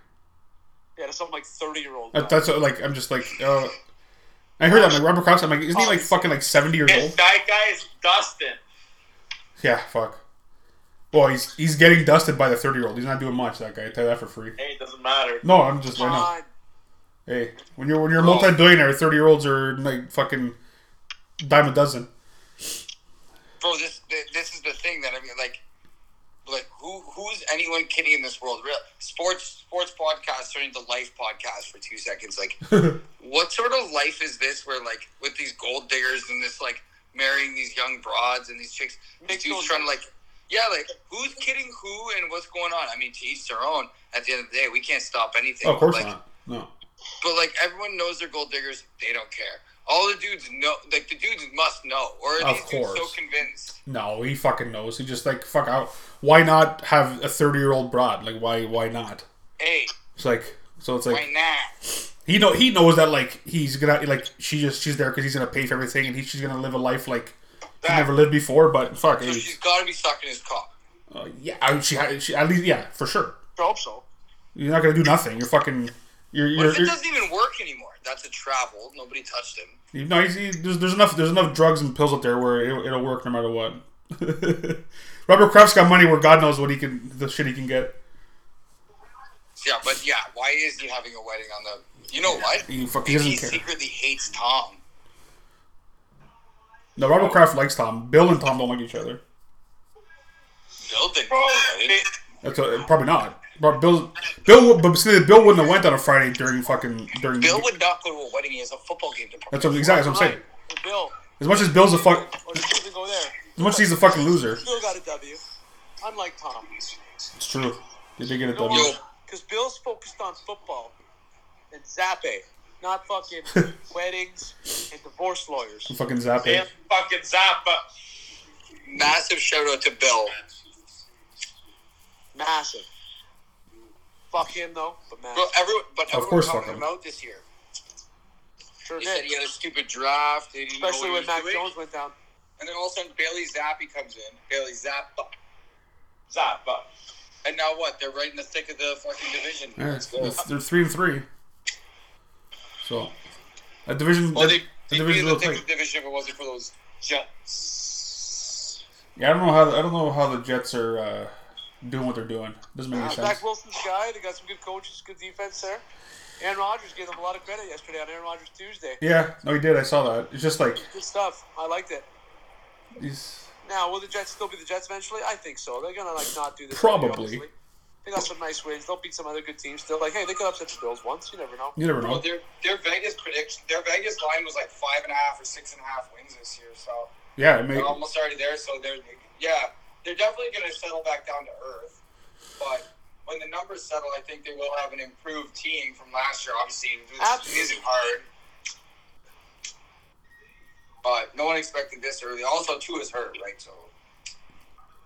Yeah, to some like thirty year old. That, that's what, like I'm just like uh, I heard that like Robert Kraft. I'm like, isn't he Oh. like fucking like 70 years This old? guy, guy is Dustin. Yeah, fuck. Well, he's he's getting dusted by the 30 year old. He's not doing much. That guy, I tell you that for free. Hey, it doesn't matter. No, I'm just I know. God, Hey, when you're when you're a multi billionaire, 30 year olds are like fucking dime a dozen. bro, this th- this is the thing that I mean, like, like who who's anyone kidding in this world? Real sports sports podcast turning to life podcast for two seconds. [LAUGHS] Like, what sort of life is this? Where like with these gold diggers and this like marrying these young broads and these chicks, these Makes dudes no trying to like. Yeah, like who's kidding who and what's going on? I mean, to each their own. At the end of the day, we can't stop anything. Oh, of course Like, not. No. but like everyone knows they're gold diggers, they don't care. All the dudes know, like the dudes must know, or are Of these dudes so course. convinced? No, he fucking knows. He just like fuck out. Why not have a thirty year old broad? Like why why not? Hey, It's like so it's why like not? he know he knows that like he's gonna like she just she's there because he's gonna pay for everything and he, she's gonna live a life like she never lived before. But fuck, So hey, she's got to be sucking his cock. uh, yeah, I- she, she at least yeah for sure. I hope so. You're not gonna do nothing. You're fucking. You're, But you're, if it you're doesn't even work anymore, that's a travel. Nobody touched him. no. He's, he, there's, there's enough. There's enough drugs and pills out there where it, it'll work no matter what. [LAUGHS] Robert Kraft's got money where God knows what he can, the shit he can get. Yeah, but yeah, why is he having a wedding on the? You know what? He fucking Maybe doesn't he care. secretly hates Tom. No, Robert Kraft likes Tom. Bill and Tom don't like each other. Building. That's a, probably not. But Bill, Bill, would- but see, Bill wouldn't have went on a Friday during fucking during. Bill would not go to a wedding. He has a football game to play. That's what, exactly what I'm saying. Hey, Bill, As much as Bill's a fuck, or just Oh, go there. as much as he's a fucking loser. Bill got a W. Unlike Tom, It's true. They did get a W. Yo, because Bill's focused on football and Zappe, [LAUGHS] not fucking weddings and divorce lawyers. Fucking zap Damn it. fucking Zappa. massive shout out to Bill. Massive. Fuck him though, but massive. Bro, everyone, but everyone course, talking fuck him. about this year. Sure They said he did. had a stupid draft. They didn't know Especially what when he was Mac doing. Jones went down. And then all of a sudden, Bailey Zappi comes in. Bailey Zappa. Zappa. And now what? They're right in the thick of the fucking division. Yeah, Let's go. they're, they're three and three. So a division. Well, they, that- the they'd be division's in a the little thick tight. of the division if it wasn't for those Jets. Yeah, I don't know how I don't know how the Jets are uh, doing what theyey're doing. Doesn't Uh, make any sense. Uh, Zach Wilson's a guy. They got some good coaches, good defense there. Aaron Rodgers gave them a lot of credit yesterday on Aaron Rodgers Tuesday. Yeah, no, he did. I saw that. It's just like Good stuff. I liked it. he's Now, will the Jets still be the Jets eventually? I think so. They're gonna like not do this. Probably. obviously. They got some nice wins. They'll beat some other good teams. Still, like, hey, they could upset the Bills once. You never know. you never Well, know. their their Vegas prediction, their Vegas line was like five and a half or six and a half wins this year. So Yeah, it may, they're almost already there. So they're yeah, they're definitely going to settle back down to earth. But when the numbers settle, I think they will have an improved team from last year. Obviously, this Absolutely. isn't hard. But no one expected this early. Also, two is hurt, right? So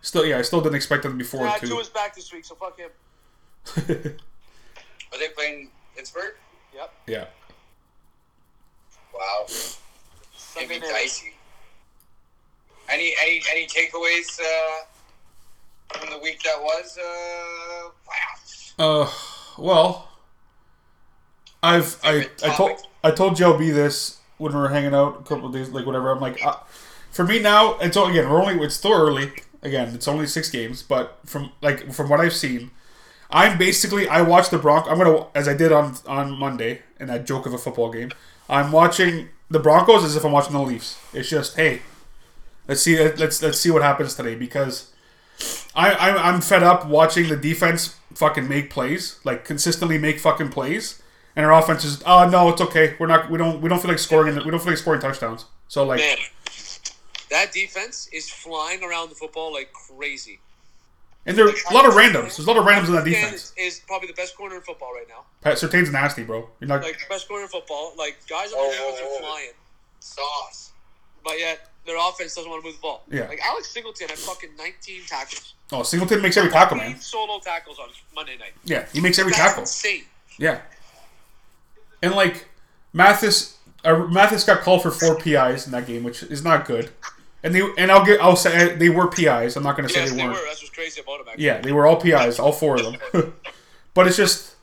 still yeah, I still didn't expect them before Yeah, two too. is back this week, so fuck him. are they playing Pittsburgh? Yep. [LAUGHS] yeah, Wow. It'd Sunday be night. dicey. Any any any takeaways uh, from the week that was? Uh, wow. Uh, well, I've I, I told I told Joe B this when we were hanging out a couple of days, like whatever. I'm like, uh, for me now, it's all again. We're only it's still early. Again, it's only six games, but from like from what I've seen, I'm basically I watch the Bronco. I'm gonna as I did on on Monday in that joke of a football game. I'm watching the Broncos as if I'm watching the Leafs. It's just hey, let's see let's let's see what happens today because. I, I'm, I'm fed up watching the defense fucking make plays, like consistently make fucking plays, and our offense is oh no, it's okay. We're not we don't we don't feel like scoring we don't feel like scoring touchdowns. So like Man, that defense is flying around the football like crazy. and there's a lot of randoms. There's a lot of randoms in that Dan defense. is, is probably the best corner in football right now. Pat Sertain's nasty, bro. You're not Like best corner in football. Like guys on Oh, the defense oh, oh. are flying, Sauce. but yet their offense doesn't want to move the ball. Yeah. Like Alex Singleton had fucking 19 tackles, oh Singleton makes every tackle, 19 man. solo tackles on Monday night. Yeah, he makes every That's tackle. insane. Yeah, and like Mathis, uh, Mathis got called for four PIs in that game, which is not good. and they and I'll get I'll say they were PIs. I'm not gonna say Yes, they, they weren't. were. That's what's crazy about him. Actually. Yeah, they were all PIs, all four of them. [LAUGHS] but it's just,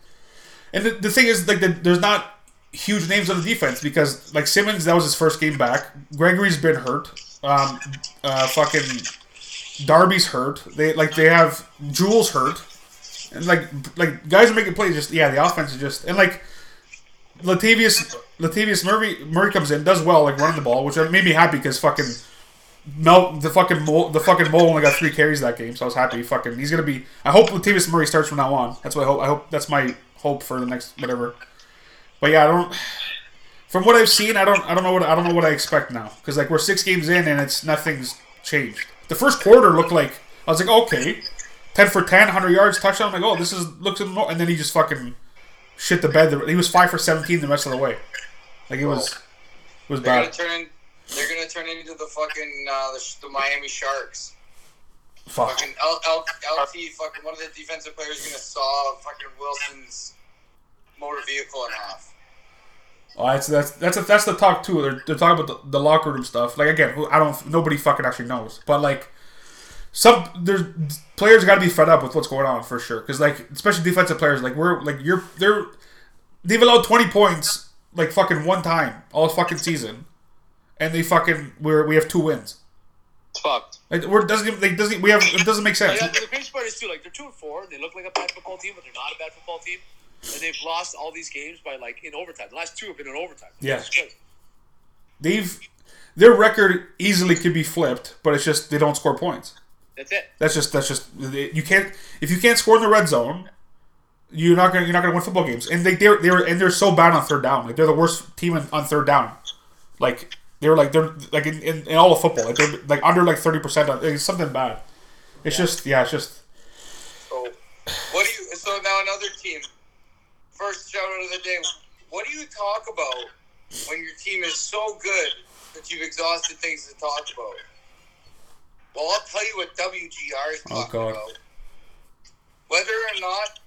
and the, the thing is, like, the, there's not huge names on the defense because, like, Simmons, that was his first game back. Gregory's been hurt. Um, uh, fucking Darby's hurt. They like they have Jules hurt, and like like guys are making plays. Just yeah, the offense is just and like Latavius Latavius Murray Murray comes in does well like running the ball, which made me happy because fucking Mel the fucking mole, the fucking mole only got three carries that game, so I was happy. Fucking he's gonna be. I hope Latavius Murray starts from now on. That's what I hope. I hope that's my hope for the next whatever. But yeah, I don't. From what I've seen, I don't. I don't know what I don't know what I expect now because like we're six games in and it's nothing's changed. The first quarter looked like I was like okay, ten for 10, 100 yards, touchdown. I'm like oh this is looks normal, and then he just fucking shit the bed. He was five for seventeen the rest of the way. Like it was it was They're gonna bad. turn. In, they're gonna turn into the fucking uh, the, the Miami Sharks. Fuck. Fucking L, L, LT. Fucking one of the defensive players is gonna saw fucking Wilson's motor vehicle in half. Oh, that's that's that's that's the talk too. They're, they're talking about the, the locker room stuff. Like again, who- I don't nobody fucking actually knows, but like some there's players got to be fed up with what's going on for sure. Because like especially defensive players, like we're like you're they're they've allowed twenty points like fucking one time all fucking season, and they fucking we're we have two wins. It's fucked. Like we're doesn't even- like doesn't we have it doesn't make sense. Like, uh, the crazy part is too, like they're two and four, and they look like a bad football team, but they're not a bad football team, and they've lost all these games by like in overtime. The last two have been in overtime. Yeah. Jesus Christ. They've their record easily could be flipped, but it's just they don't score points. that's it. That's just that's just you can't if you can't score in the red zone, you're not gonna you're not gonna win football games. And they they they were and they're so bad on third down. Like they're the worst team on, on third down. Like they were like they're like in, in, in all of football like they're like under like thirty percent. It's something bad. It's just yeah, it's just So, what do you? So now another team. First shout out of the day. What do you talk about when your team is so good that you've exhausted things to talk about? Well, I'll tell you what WGR is Oh, talking God. about. Whether or not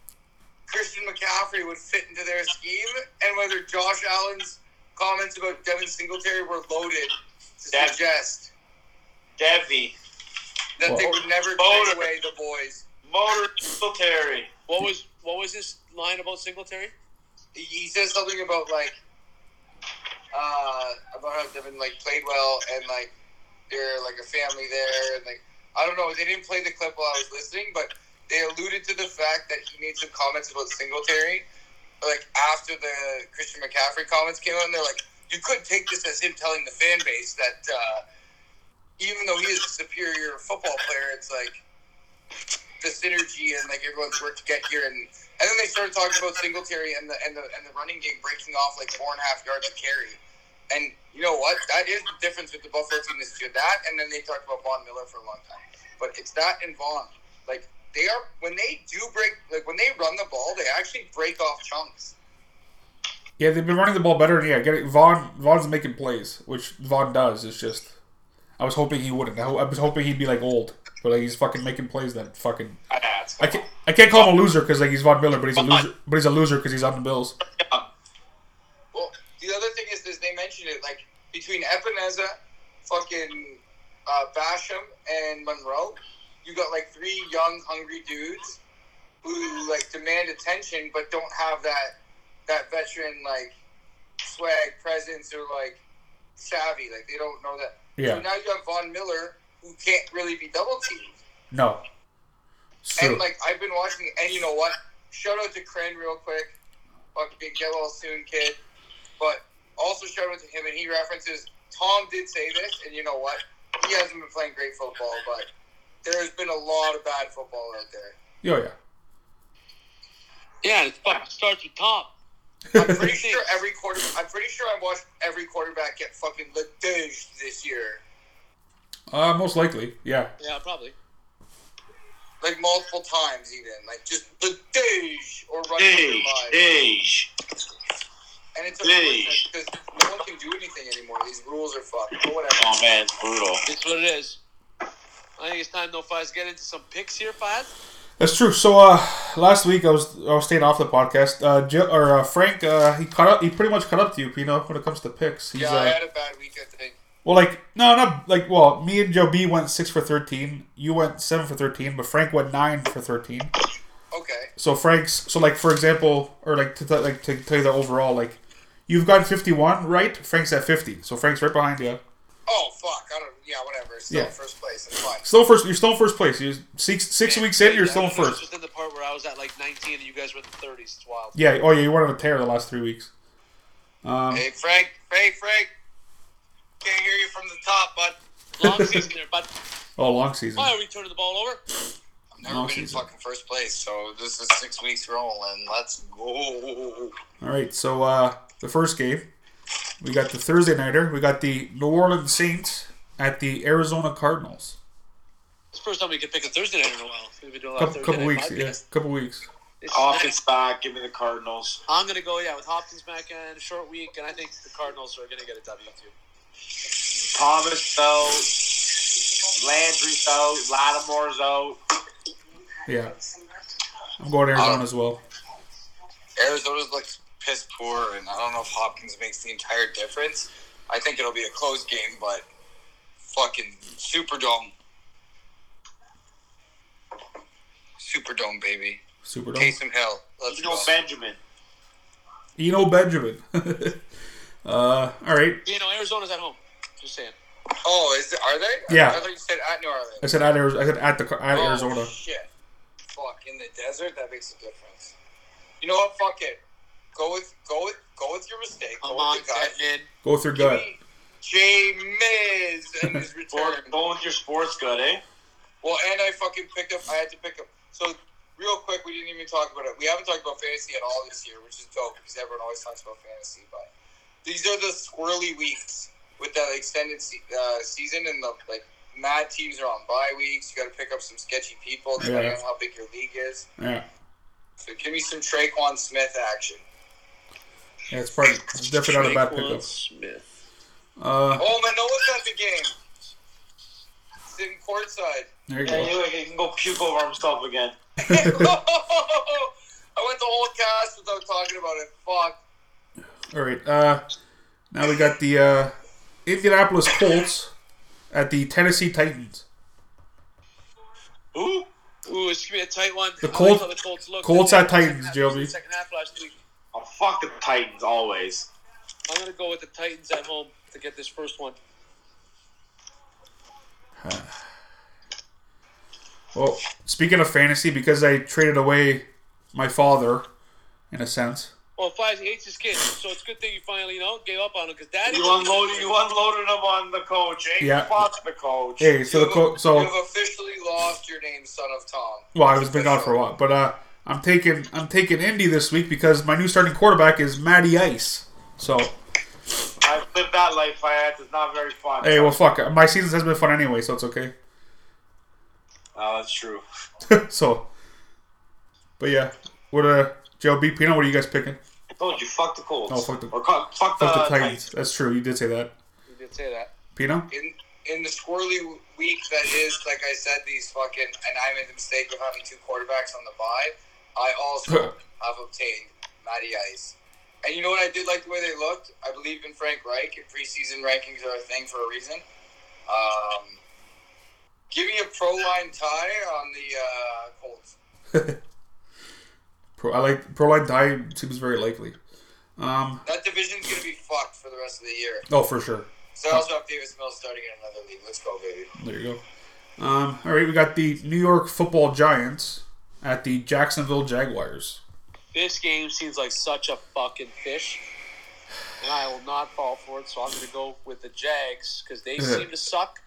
Christian McCaffrey would fit into their scheme, and whether Josh Allen's comments about Devin Singletary were loaded to That- suggest Devi, that they Well- would never Loaded. take away the boys. Motor Terry. What was what was this line about Singletary? he- he says something about like uh about how Devin like played well and like they're like a family there and like I don't know they didn't play the clip while I was listening but they alluded to the fact that he made some comments about Singletary like after the Christian McCaffrey comments came out and they're like you could take this as him telling the fan base that uh, even though he is a superior football player it's like the synergy and like everyone's work to get here and and then they started talking about Singletary and the and the and the running game breaking off like four and a half yards a carry. And you know what? That is the difference with the Buffalo team this year. That and then they talked about Von Miller for a long time. But it's that and Vaughn. Like they are when they do break like when they run the ball, they actually break off chunks. yeah. They've been running the ball better. And yeah, getting Vaughn Vaughn's making plays, which Vaughn does. It's just I was hoping he wouldn't. I, ho- I was hoping he'd be like old, but like he's fucking making plays that fucking That's I can't, I can't call him a loser because like he's Von Miller, but he's a loser. But he's a loser because he's on the Bills. Well, the other thing is, is they mentioned it like between Epineza, fucking uh, Basham, and Monroe, you got like three young, hungry dudes who like demand attention but don't have that that veteran like swag presence or like savvy. Like they don't know that. Yeah. So now you have Von Miller who can't really be double teamed. No, it's true. And like I've been watching, and you know what? Shout out to Crane real quick. Fucking get well soon, kid. But also shout out to him, and he references Tom did say this, and you know what? He hasn't been playing great football, but there has been a lot of bad football out there. oh yeah. Yeah, and it's fucking starts with Tom. I'm pretty sure every quarter. I'm pretty sure I watched every quarterback get fucking litiged this year, Uh, most likely, yeah. Yeah, probably. like multiple times, even like just litiged or running through Dej, lives. Dej. And it's Hey. unfortunate because no one can do anything anymore. These rules are fucked. But whatever. Oh man, it's brutal. It's what it is. I think it's time though, Faz, get into some picks here, Faz. That's true. So uh, last week I was I was staying off the podcast. Uh, Jill, or uh, Frank, uh, he caught up. He pretty much caught up to you, Pino, when it comes to picks. He's, Yeah, I uh, had a bad week, I think. Well, like no, not like well. Me and Joe B went six for thirteen. You went seven for thirteen, but Frank went nine for thirteen. Okay. So Frank's so like for example, or like to t- like to tell you the overall, like you've got fifty one right. Frank's at fifty, so Frank's right behind you. Oh fuck! I don't. Yeah, whatever. It's still Yeah. first place. It's fine. Still first, you're still in first place. You're six six weeks in, you're still in first. Just in the part where I was at like 19 and you guys were in the 30s. It's wild. Yeah. Oh yeah, you went on a tear the last three weeks. Um, Hey Frank. Hey Frank. Can't hear you from the top, bud. [LAUGHS] Long season there, but Oh, long season. why are we turning the ball over? I've never Long been season. in fucking first place, so this is six weeks rolling. Let's go. All right, so uh, the first game, we got the Thursday nighter. We got the New Orleans Saints at the Arizona Cardinals. It's the first time we could pick a Thursday night in a while. We've been doing a lot of Couple, couple Oh, Thursday night weeks, yeah, podcasts. couple weeks. It's- Hopkins back. Give me the Cardinals. I'm gonna go yeah with Hopkins back in a short week, and I think the Cardinals are gonna get a W too. Thomas out. Landry's out. Lattimore's out. Yeah, I'm going Uh, Arizona as well. Arizona's looks piss poor, and I don't know if Hopkins makes the entire difference. I think it'll be a close game, but fucking Superdome. Superdome, baby. Superdome. Taysom Hill. Let's Let's go. go Benjamin. Eno Benjamin. [LAUGHS] uh, all right. You know, Arizona's at home. Just saying. Oh, is it, are they? Yeah. I thought you said at New Orleans. I said at Arizona. I said at the Car- at Oh, Arizona. Shit. Fuck in the desert, that makes a difference. You know what? Fuck it. Go with go with go with your mistake. Oh, Come go on, with the guy. Batman. Go through Give gut. me J Miz and his return. Going going with your sports good, eh? Well, and I fucking picked up. I had to pick up. So real quick, we didn't even talk about it. We haven't talked about fantasy at all this year, which is dope because everyone always talks about fantasy. But these are the squirrely weeks with that extended se- uh, season and the like. Mad teams are on bye weeks. You got to pick up some sketchy people depending Yeah. on how big your league is. Yeah. So give me some Traquan Smith action. Yeah, it's probably it's definitely not a bad pickup. Smith. Uh, Oh, Manoa's at the game. Sitting courtside. [LAUGHS] there you Yeah, go. he, like, he can go puke over himself again. I went the whole cast without talking about it. Fuck. All right. Uh, now we got the uh, Indianapolis Colts at the Tennessee Titans. Ooh. Ooh, it's gonna be a tight one. The I like Colts- how the Colts look. Colts at Titans, JLB. Second half last week. Oh, fuck the Titans always. I'm gonna go with the Titans at home to get this first one. Well, speaking of fantasy, because I traded away my father, in a sense. Well, Fives hates his kids, so it's a good thing you finally you know gave up on him because Daddy. You unloaded you unloaded him on the coach, eh? Yeah. Fuck the coach. Hey, so the co- you so have officially lost your name, son of Tom. well, I was been gone for a while, but uh, I'm taking I'm taking Indy this week because my new starting quarterback is Matty Ice. So I've lived that life, Fiat. It's not very fun. hey, well, fuck, uh, my season has been fun anyway, so it's okay. [LAUGHS] Oh, that's true. so, but yeah, what uh, Joe B Pino, what are you guys picking? I told you, fuck the Colts. Oh, fuck the- or, co- fuck the, Fuck the Uh, Titans. Titans. That's true. You did say that, You did say that. Pino. [LAUGHS] In in the squirrely week that is, like I said, these fucking and I made the mistake of having two quarterbacks on the bye. I also have obtained Matty Ice. And you know what I did like the way they looked? I believe in Frank Reich and preseason rankings are a thing for a reason. Um, give me a pro line tie on the uh, Colts. Pro, I like Proline Die seems very likely. Um, That division's gonna be fucked for the rest of the year. oh, for sure. So I also have Davis Mills starting in another league. Let's go, baby. There you go. Um, all right, we got the New York Football Giants at the Jacksonville Jaguars. This game seems like such a fucking fish, and I will not fall for it. So I'm going to go with the Jags because they Yeah. seem to suck,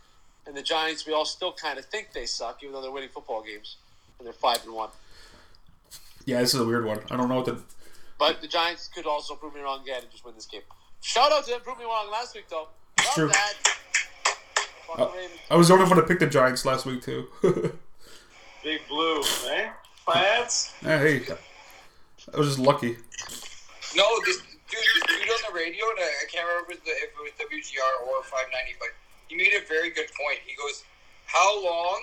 and the Giants. We all still kind of think they suck, even though they're winning football games and they're five and one. Yeah, this is a weird one. I don't know what the. But the Giants could also prove me wrong again and just win this game. Shout out to them, prove me wrong last week though. Love True. Oh. that. Fuck the Ravens. I was the only one to pick the Giants last week too. [LAUGHS] Big Blue, eh? Fiat? yeah, hey, I was just lucky. No, this dude, this dude on the radio, and I, I can't remember if it was the- if it was WGR or 590, but he made a very good point. He goes, "How long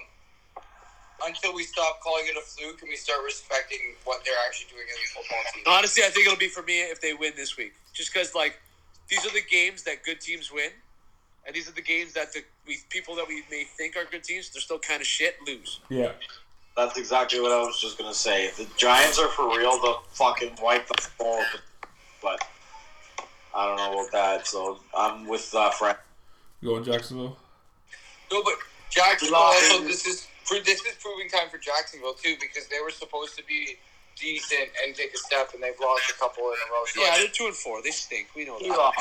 until we stop calling it a fluke and we start respecting what they're actually doing as a football team?" Honestly, I think it'll be for me if they win this week. Just because, like, these are the games that good teams win, and these are the games that the we, people that we may think are good teams, they're still kind of shit, lose. Yeah. That's exactly what I was just gonna say. If the Giants are for real, they'll fucking wipe the floor. But, but I don't know about that. So I'm with uh, Frank. You going Jacksonville? No, but Jacksonville Lions. also this is this is proving time for Jacksonville too because they were supposed to be decent and take a step and they've lost a couple in a row. So Yeah, they're two and four. They stink. We know that.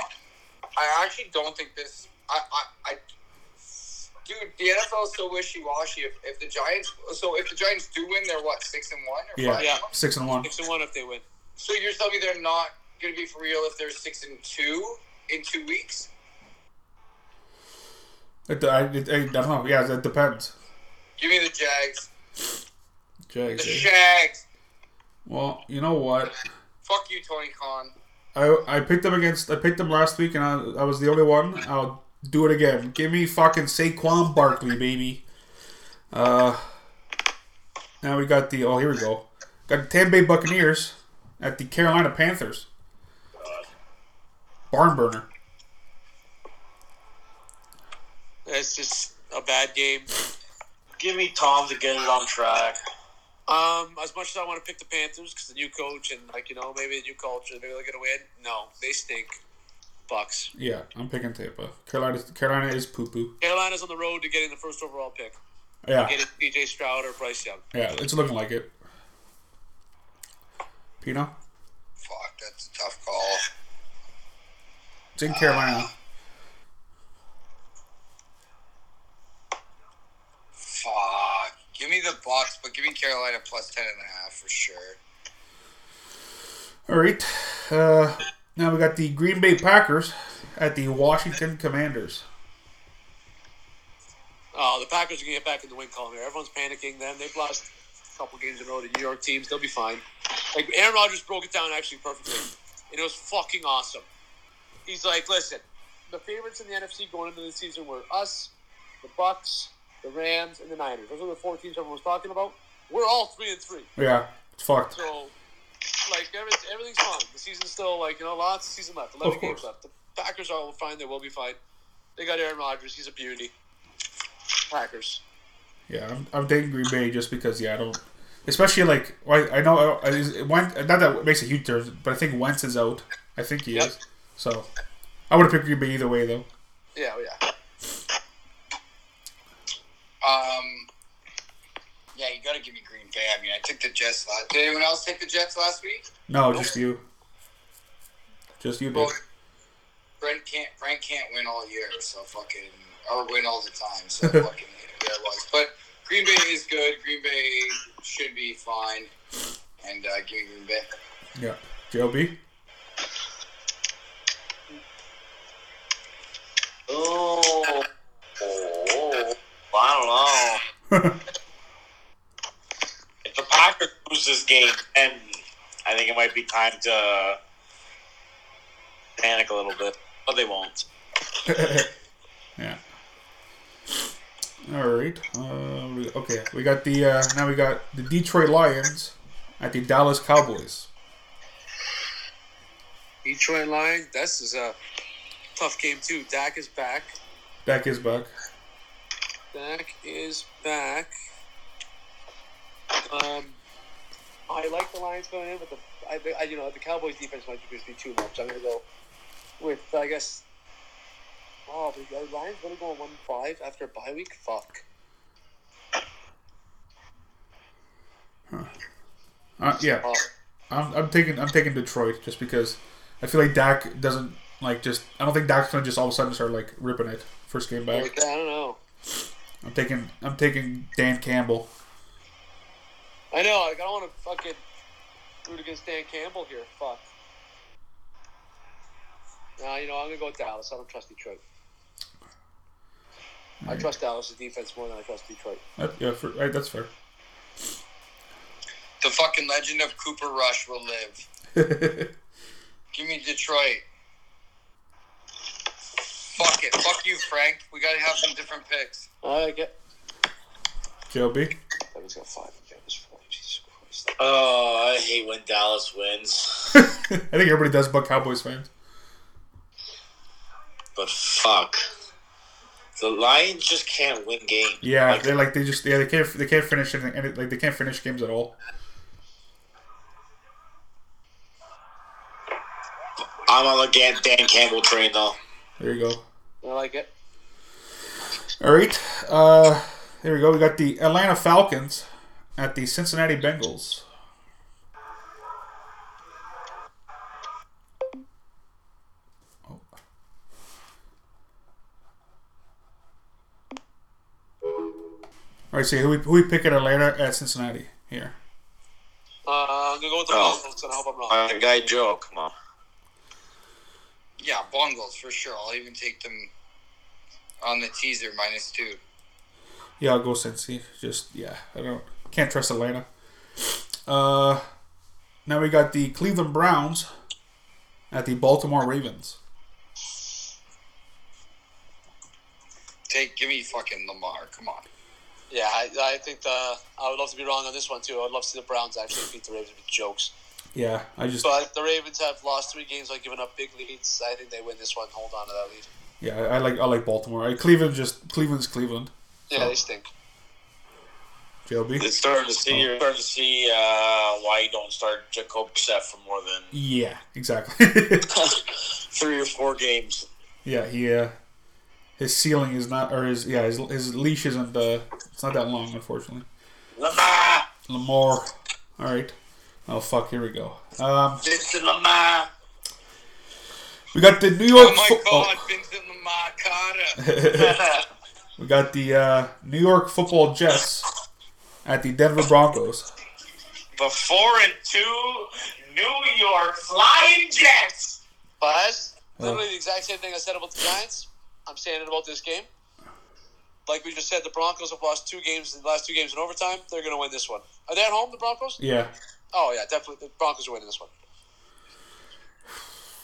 I actually don't think this. I, I, I dude, the NFL is so wishy washy. If, if the Giants, so if the Giants do win, they're what six and one or Yeah. five? Yeah. Six and one. Six and one if they win. So you're telling me they're not going to be for real if they're six and two in two weeks? It, I, it, I don't know. Yeah, that depends. Give me the Jags. The Jags. eh? Jags. Well, you know what? Fuck you, Tony Khan. I I picked them against. I picked them last week, and I, I was the only one. I'll do it again. Give me fucking Saquon Barkley, baby. Uh, now we got the. Oh, here we go. Got the Tampa Bay Buccaneers at the Carolina Panthers. Barn burner. It's just a bad game. Give me Tom to get it on track. Um, as much as I want to pick the Panthers because the new coach and like you know maybe the new culture, maybe they're gonna win. No, they stink. Bucks. Yeah, I'm picking Tampa. Carolina. Carolina is poo poo. Carolina's on the road to getting the first overall pick. Yeah, Getting DJ Stroud or Bryce Young. yeah, it's looking like it. Pino, Fuck, that's a tough call. it's in Carolina. Fuck. Give me the Bucks, but give me Carolina plus ten and a half for sure. All right. Uh, now we got the Green Bay Packers at the Washington Commanders. Oh, the Packers are gonna get back in the win column here. Everyone's panicking. Them. They've lost a couple games in a row to New York teams. They'll be fine. Like Aaron Rodgers broke it down actually perfectly, and it was fucking awesome. He's like, listen, the favorites in the NFC going into the season were us, the Bucks, the Rams, and the Niners. Those are the four teams everyone was talking about. We're all three and three. Yeah, it's fucked. So, like, every, everything's fine. The season's still, like, you know, lots of season left. 11 Of games course. left. The Packers are all fine. They will be fine. They got Aaron Rodgers. He's a beauty. Packers. Yeah, I'm, I'm dating Green Bay just because. Yeah, I don't. Especially like well, I, I know I, I Wentz, not that it makes a huge difference, but I think Wentz is out. I think he Yep. is. So I would have picked Green Bay either way though. Yeah, oh, yeah. Um, yeah, you gotta give me Green Bay. I mean, I took the Jets last. Did anyone else take the Jets last week? No, just you. Just you, dude. Well, Brent can't. Brent can't win all year, so fucking or win all the time. So fucking yeah, it was. But Green Bay is good. Green Bay should be fine. And uh, give me Green Bay. Yeah, JLB. Oh, oh, I don't know. if the Packers lose this game, then I think it might be time to panic a little bit, but they won't. [LAUGHS] Yeah. All right. Uh, we- okay, we got the uh, now we got the Detroit Lions at the Dallas Cowboys. Detroit Lions. This is a tough game, too. Dak is back. Dak is back. Dak is back. Um, I like the Lions going in, but the I, I you know the Cowboys defense might just be too much. I'm gonna go with I guess. Oh, but the Lions gonna go one five after a bye week. Fuck. Uh, yeah, Oh, I'm, I'm taking I'm taking Detroit just because I feel like Dak doesn't like just I don't think Dak's gonna just all of a sudden start like ripping it first game I back. don't know. I'm taking I'm taking Dan Campbell. I know. Like, I don't want to fucking root against Dan Campbell here. Fuck. Nah, you know I'm gonna go with Dallas. I don't trust Detroit. I trust Dallas' defense more than I trust Detroit. That, yeah, for, right, that's fair. [LAUGHS] The fucking legend of Cooper Rush will live. Give me Detroit. Fuck it. Fuck you, Frank. We gotta have some different picks. I like it. JLB. That was got five. That was four. Jesus Christ. Oh, I hate when Dallas wins, [LAUGHS] I think everybody does, but Cowboys fans. but fuck. The Lions just can't win games. Yeah, Like, they like they just yeah they can't they can't finish anything any, like they can't finish games at all. I'm on the Dan, Dan Campbell train though. There you go. I like it. All right. Uh, there we go. We got the Atlanta Falcons at the Cincinnati Bengals. Oh. All right, so who we, who we pick at Atlanta at Cincinnati here? Uh, I'm gonna go with the Oh. Bengals, and I hope I'm wrong. My guy Joe, come on. Yeah, Bongles for sure. I'll even take them on the teaser minus two. Yeah, I'll go Cincy. Just yeah, I don't can't trust Atlanta. Uh, now we got the Cleveland Browns at the Baltimore Ravens. Take give me fucking Lamar. Come on. Yeah, I, I think the, I would love to be wrong on this one too. I'd love to see the Browns actually beat the Ravens with jokes. Yeah, I just But the Ravens have lost three games by giving up big leads. I think they win this one. Hold on to that lead. yeah I, I like I like Baltimore. I, Cleveland just Cleveland's Cleveland. Yeah, they stink. JLB. It's starting to see. You're starting to see uh, why you don't start Jacob Brissett for more than [LAUGHS] Yeah, exactly. [LAUGHS] three or four games. yeah, he uh, his ceiling is not or his yeah his his leash isn't uh it's not that long unfortunately. Lamar, Lamar. All right. Oh fuck, here we go. Um, Vincent Lamar. we got the New York. Oh my Fo- God, Vincent Lamar Carter. We got the uh, New York Football Jets at the Denver Broncos. The four and two New York Flying Jets. But that's literally the exact same thing I said about the Giants. I'm saying it about this game. Like we just said, the Broncos have lost two games, the last two games in overtime. They're going to win this one. Are they at home, the Broncos? Yeah, [LAUGHS] Oh, yeah, definitely. The Broncos are winning this one.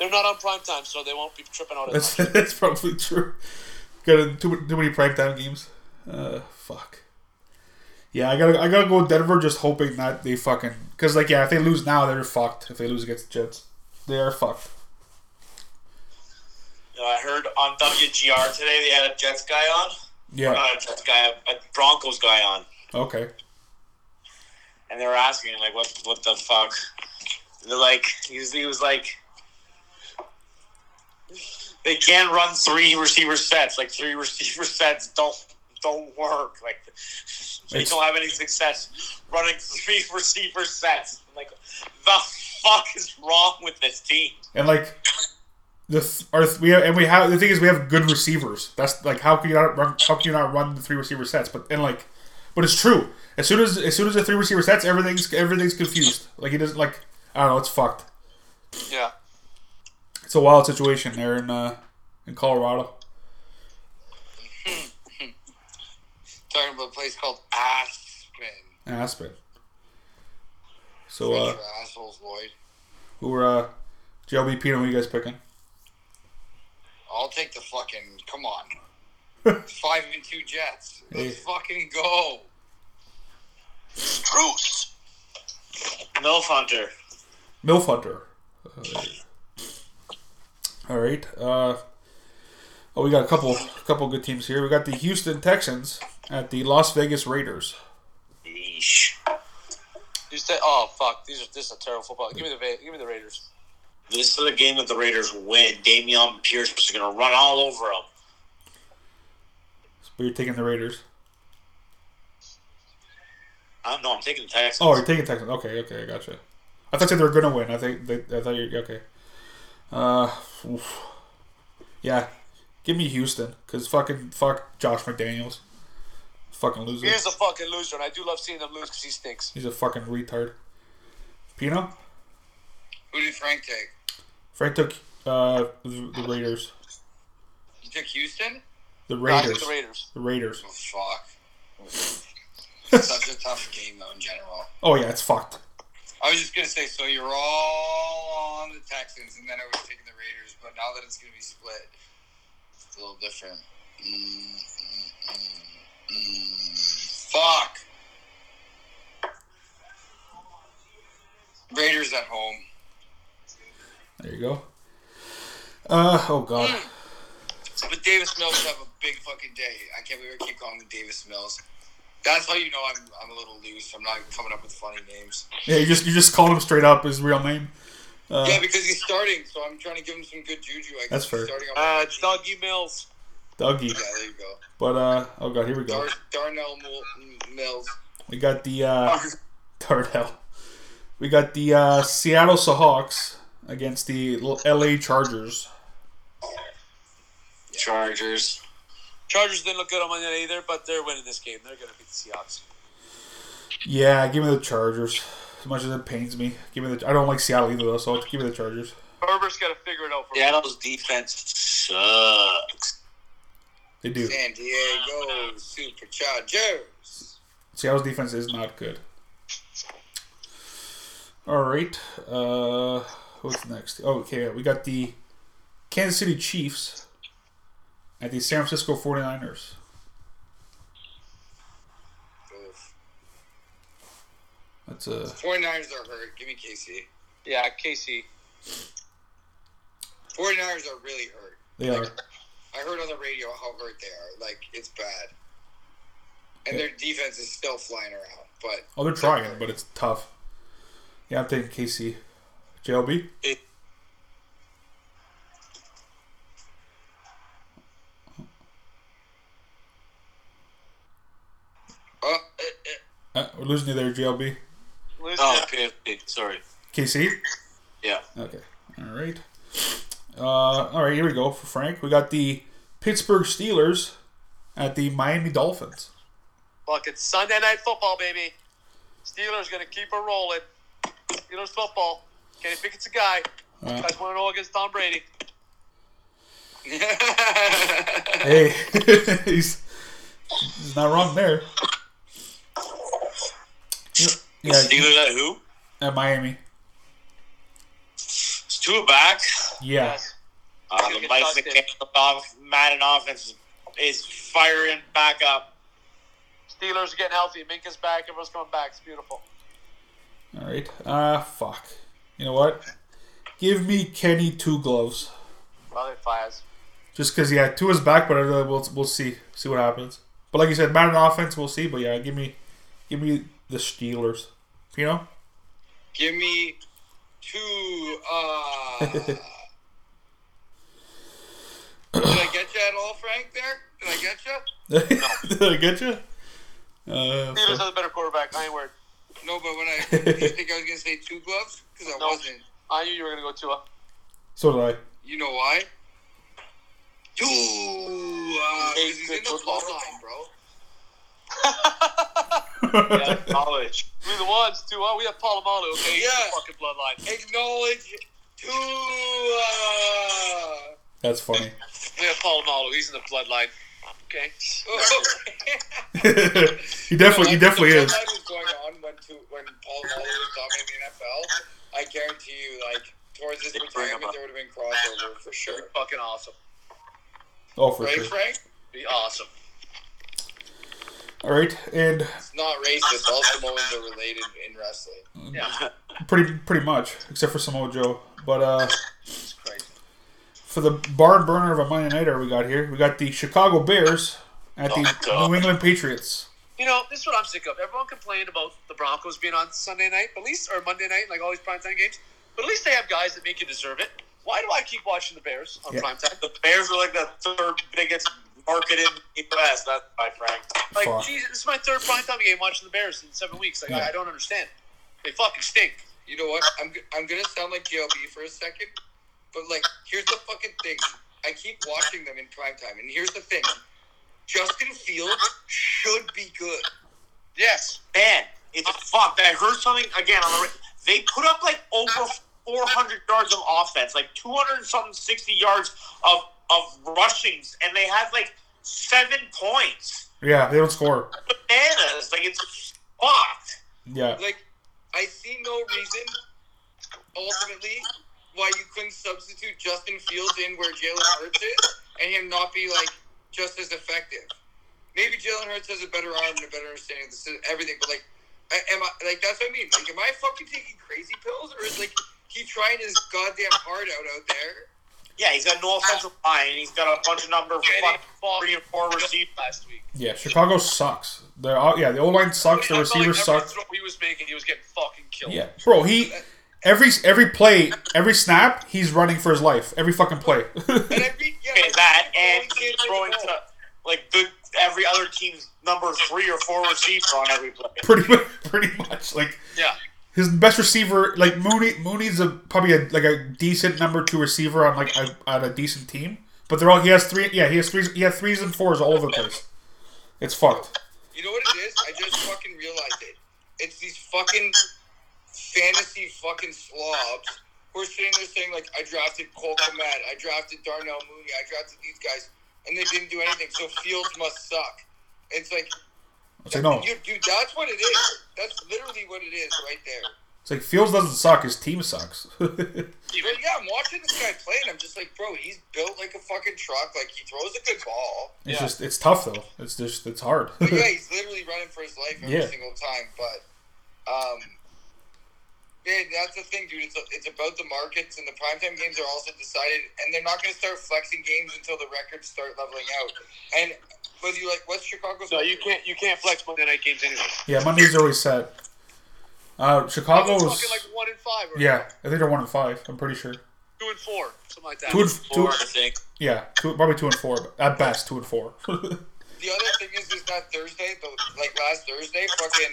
They're not on prime time, so they won't be tripping out. that's As much. that's probably true. Got a- too too many primetime games. Uh, fuck. Yeah, I gotta I gotta go with Denver, just hoping that they fucking because like yeah, if they lose now, they're fucked. If they lose against the Jets, they are fucked. You know, Uh, I heard on WGR today they had a Jets guy on, Yeah. not a Jets guy, a Broncos guy on, Okay. and they were asking like, what, what the fuck? And they're like, he was, he was like. They can't run three receiver sets. Like three [LAUGHS] receiver sets don't don't work. Like they It's- don't have any success running three [LAUGHS] receiver sets. I'm like the fuck is wrong with this team? And like the th- our th- we have, and we have the thing is we have good receivers. That's like how can you not run, how can you not run the three receiver sets? But and like, but it's true. As soon as as soon as the three receiver sets, everything's everything's confused. Like it doesn't like I don't know. It's fucked. yeah. It's a wild situation there in uh in Colorado. Talking about a place called Aspen. Aspen. So uh, Your assholes, Lloyd. who were uh, JLB Pino? Who you guys picking? I'll take the fucking. Come on. Five and two Jets. Let's fucking go. Bruce. Milf Hunter. Milf Hunter. Uh, all right. Uh, oh, we got a couple, couple good teams here. We got the Houston Texans at the Las Vegas Raiders. Yeesh. You said, oh fuck, these are this is a terrible football. Give me the Va- give me the Raiders. This is the game that the Raiders win. Damian Pierce is going to run all over them. But you're taking the Raiders. I don't know. I'm taking the Texans. Oh, you're taking Texans. Okay, okay, I gotcha. I thought you said they were gonna win. I think they, I thought you okay. Uh, oof. yeah. Give me Houston, cause fucking fuck Josh McDaniels, fucking loser. Here's a fucking loser, and I do love seeing them lose because he stinks. He's a fucking retard. Pino, Who did Frank take? Frank took uh the, the Raiders. You took Houston? The I Raiders. think the Raiders. The Raiders. Oh, fuck. It's Such a tough game, though, in general. Oh yeah, it's fucked. I was just going to say, so you're all on the Texans, and then I was taking the Raiders, but now that it's going to be split, it's a little different. Mm, mm, mm, mm. Fuck. Raiders at home. There you go. Uh oh god. But Davis Mills have a big fucking day. I can't believe I keep calling him Davis Mills. That's how you know I'm, I'm a little loose. I'm not coming up with funny names. Yeah, you just you just called him straight up his real name. yeah, because he's starting, so I'm trying to give him some good juju. I guess Uh, That's fair. He's starting on Uh, it's Dougie Mills. Dougie. yeah, there you go. But uh oh god, here we go. Dar- Darnell Mul- Mills. We got the uh Darnell. We got the uh Seattle Seahawks against the L- LA Chargers. Chargers. Chargers didn't look good on Monday night either, but they're winning this game. They're going to beat the Seahawks. Yeah, give me the Chargers. As much as it pains me, give me the. I don't like Seattle either, though. So give me the Chargers. Herbert's got to figure it out for Seattle's defense sucks. They do. San Diego Superchargers. Seattle's defense is not good. All right. Uh, what's next? Oh, okay. We got the Kansas City Chiefs at the San Francisco 49ers. Oof. That's uh, a 49ers are hurt. Give me KC. Yeah, Casey. 49ers are really hurt. they are. I heard on the radio how hurt they are. Like, it's bad. And their defense is still flying around. But Oh, they're trying, but it's tough. Yeah, I'm taking KC. JLB. oh, eh, eh. Uh, we're losing you there, JLB. Listen, [LAUGHS] Oh, PFP. Sorry. KC. Yeah. Okay. All right. Uh, all right. Here we go for Frank. We got the Pittsburgh Steelers at the Miami Dolphins. fucking Sunday night football, baby. Steelers going to keep her rolling. Steelers football. Kenny Pickett's a guy. Uh, Guys want to know against Tom Brady. hey, [LAUGHS] he's, he's not wrong there. Yeah, Yeah, Steelers at who? at Miami. It's two back. Yeah, Yes. Uh, He'll the get Mike touched in. McCann Madden offense is firing back up. Steelers are getting healthy. Minka's back. Everyone's coming back. It's beautiful. all right. Ah, fuck. You know what? Give me Kenny two gloves, Well, they fires. just because yeah, two is back, but uh, we'll we'll see see what happens. But like you said, Madden offense, we'll see. But yeah, give me give me the Steelers. You know, [LAUGHS] give me two. [LAUGHS] Uh, did I get you at all, Frank, there? Did I get you? did I get you? Uh, Steelers fuck. are the better quarterback. I ain't worried. No, but when I. Did [LAUGHS] you think I was going to say two gloves? Because I No. wasn't. I knew you were going to go Tua. so did I. You know why? Two. Uh, 'cause he's in the football. blood line, bro. [LAUGHS] Yeah, college. We the ones, Tua. We have Palomalu. Okay, Yeah. yeah. fucking bloodline. Acknowledge two. Uh, That's funny. [LAUGHS] We have Palomalu. He's in the bloodline. Okay. he definitely, he definitely If is. that was going on when, two, when Paul Wally was dominating the NFL, I guarantee you, like, towards his bring him retirement, up. there would have been crossover for sure. Fucking awesome. Oh, for Right, sure. Frank? Be awesome. All right, and It's not racist. All Samoans are related in wrestling. pretty, pretty much, except for Samoa Joe. But uh, It's crazy. for the barn burner of a Monday nighter, we got here. We got the Chicago Bears at the Oh, God. New England Patriots. You know, this is what I'm sick of. Everyone complained about the Broncos being on Sunday night, but at least or Monday night, like all these primetime games. But at least they have guys that make you deserve it. Why do I keep watching the Bears on Yeah. primetime? The Bears are like the third biggest market in the U.S. That's by Frank. Like, Fuck. Jesus, this is my third primetime game watching the Bears in seven weeks. Like, Yeah. I, I don't understand. They fucking stink. You know what? I'm, g- I'm going to sound like JLB for a second, but, like, here's the fucking thing. I keep watching them in prime time, and here's the thing. Justin Fields should be good. Yes. Man, it's fucked. I heard something again on the. ra- They put up like over 400 yards of offense, like 200 and something, 60 yards of of rushings, and they had like seven points. Yeah, they don't score. Bananas, like it's fucked. Yeah, like I see no reason ultimately why you couldn't substitute Justin Fields in where Jalen Hurts is and him not be like just as effective. Maybe Jalen Hurts has a better arm and a better understanding of this everything, but like, a- am I like that's what I mean? Like, am I fucking taking crazy pills or is like he trying his goddamn heart out out there? Yeah, he's got no offensive line. He's got a bunch of number Getting fucking three and [LAUGHS] four fucking receivers. last week. Yeah, Chicago sucks. They're all, yeah, the O line sucks. The I felt like receivers every suck. throw he was making, he was getting fucking killed. Yeah, bro. He every every play, every snap, he's running for his life. Every fucking play. [LAUGHS] And I mean, yeah, Okay, like, that he's and throwing he's kids throwing the ball. to like the every other team's number three or four receiver on every play. pretty much, pretty much. Like Yeah. his best receiver, like Mooney. Mooney's a probably a, like a decent number two receiver on like a, on a decent team. But they're all he has three. Yeah, he has threes. He has threes and fours all over the place. It's fucked. You know what it is? I just fucking realized it. It's these fucking fantasy fucking slobs who are sitting there saying like, I drafted Cole Komet, I drafted Darnell Mooney, I drafted these guys, and they didn't do anything. So Fields must suck. It's like, It's like no. you, dude, that's what it is. That's literally what it is right there. It's like Fields doesn't suck. His team sucks. [LAUGHS] But yeah, I'm watching this guy play, and I'm just like, bro, he's built like a fucking truck. Like he throws a good ball. It's just it's tough though. It's just it's hard. [LAUGHS] But yeah, he's literally running for his life every Yeah. single time. But, um, man, that's the thing, dude. It's, it's about the markets, and the primetime games are also decided, and they're not going to start flexing games until the records start leveling out. And whether you like, what's Chicago's? No, you can't. You can't flex Monday night games anyway. yeah, Mondays are always set. Uh, I'm Chicago's talking like one and five. Or yeah. I think they're one and five. I'm pretty sure. Two and four, something like that. Two and two. Four, I think. Yeah, two, probably two and four, but at best two and four. [LAUGHS] The other thing is, is that Thursday, the, like last Thursday, fucking,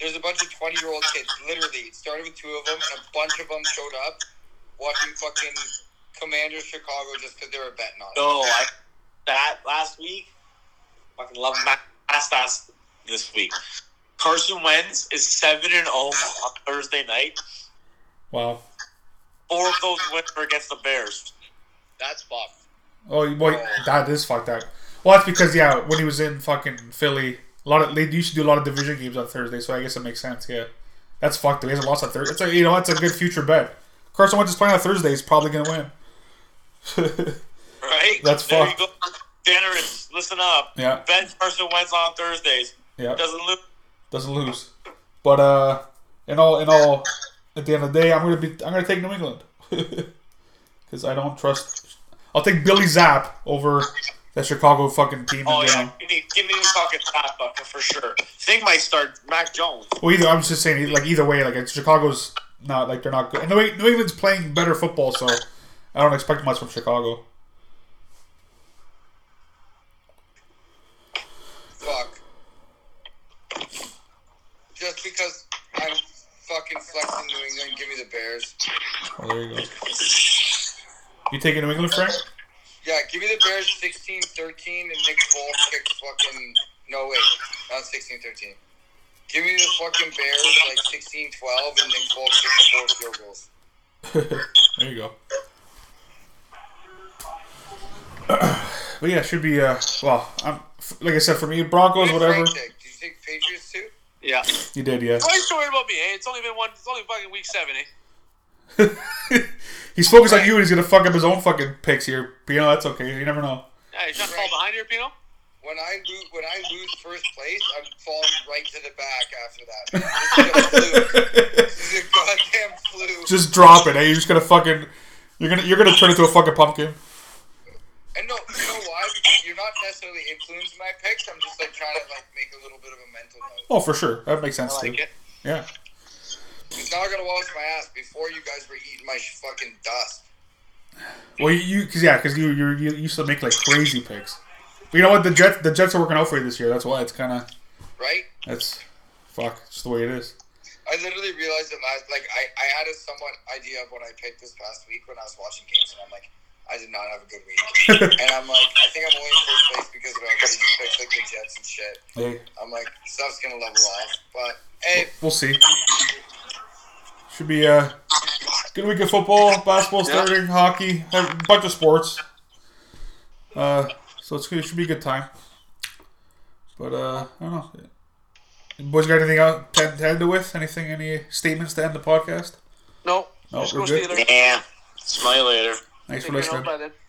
there's a bunch of 20 year old kids. Literally, it started with two of them, and a bunch of them showed up watching fucking Commanders Chicago just because they were betting on it. No, I that last week. Fucking love my last last this week. Carson Wentz is seven and zero on Thursday night. wow. Four of those wins were against the Bears. That's fucked. Oh boy, that is fucked up. Well, that's because yeah, when he was in fucking Philly, a lot of they used to do a lot of division games on Thursday, so I guess it makes sense. Yeah, that's fucked. up. He hasn't lost on Thursday. It's a, you know that's a good future bet. Carson Wentz is playing on Thursday. He's probably gonna win. [LAUGHS] Right? That's there fucked. you go. Generous, listen up. Yeah. Ben Carson Wentz on Thursdays. yeah. Doesn't lose. doesn't lose. But uh, in all in all, at the end of the day, I'm gonna be I'm gonna take New England [LAUGHS] because I don't trust. I'll take Billy Zapp over that Chicago fucking team. in Oh yeah, general. give me give me the fucking top bucket for sure. Think might start Mac Jones. Well, either I'm just saying like either way, like it's- Chicago's not like they're not good. And New New England's playing better football, so I don't expect much from Chicago. fuck. Just because I'm fucking flexing New England, give me the Bears. Oh, there you go. You taking New England, Frank? Yeah, give me the Bears 16 13, and Nick Foles kicks fucking. No, wait, not 16 13. Give me the fucking Bears like 16 12, and Nick Foles kicks four field goals. There you go. [CLEARS THROAT] but yeah, it should be uh well, I'm f- like I said for me Broncos What did whatever. Frank take? Did you take Patriots too? Yeah. You did, yeah. Why are you so worried about me? Eh? It's only been one. It's only fucking week seven. Eh? he's focused on you and he's gonna fuck up his own fucking picks here. But you know that's okay. You never know. [LAUGHS] Hey, you trying to fall behind here, Pino? When I lose, when I lose first place, I'm falling right to the back after that. This is a fluke. This is a goddamn fluke. just drop it. Eh? You're just gonna fucking you're gonna you're gonna turn into a fucking pumpkin. And no, you know why? Because you're not necessarily influencing my picks. I'm just like trying to like make a little bit of a mental note. Oh, for sure. That makes sense too. Like it. Yeah. Because now I gotta wash my ass before you guys were eating my sh- fucking dust. Well, you because yeah, because you you you used to make like crazy picks. But you know what? The Jets the Jets are working out for you this year. That's why it's kind of Right? that's fuck. It's just the way it is. I literally realized that last. Like I, I had a somewhat idea of what I picked this past week when I was watching games, and I'm like, I did not have a good week. and I'm like, I think I'm only in first place because of my crazy picks like the Jets and shit. Hey, I'm like, stuff's gonna level off. But hey, we'll see. Should be a good week of football, basketball starting, hockey, a bunch of sports. Uh, so it's, it should be a good time. But uh, I don't know. Boys, got anything out to to end it with? Anything? Any statements to end the podcast? No. No, Just we're go good. Steelers. Yeah. Smell you later. Thanks for Take care listening. by then.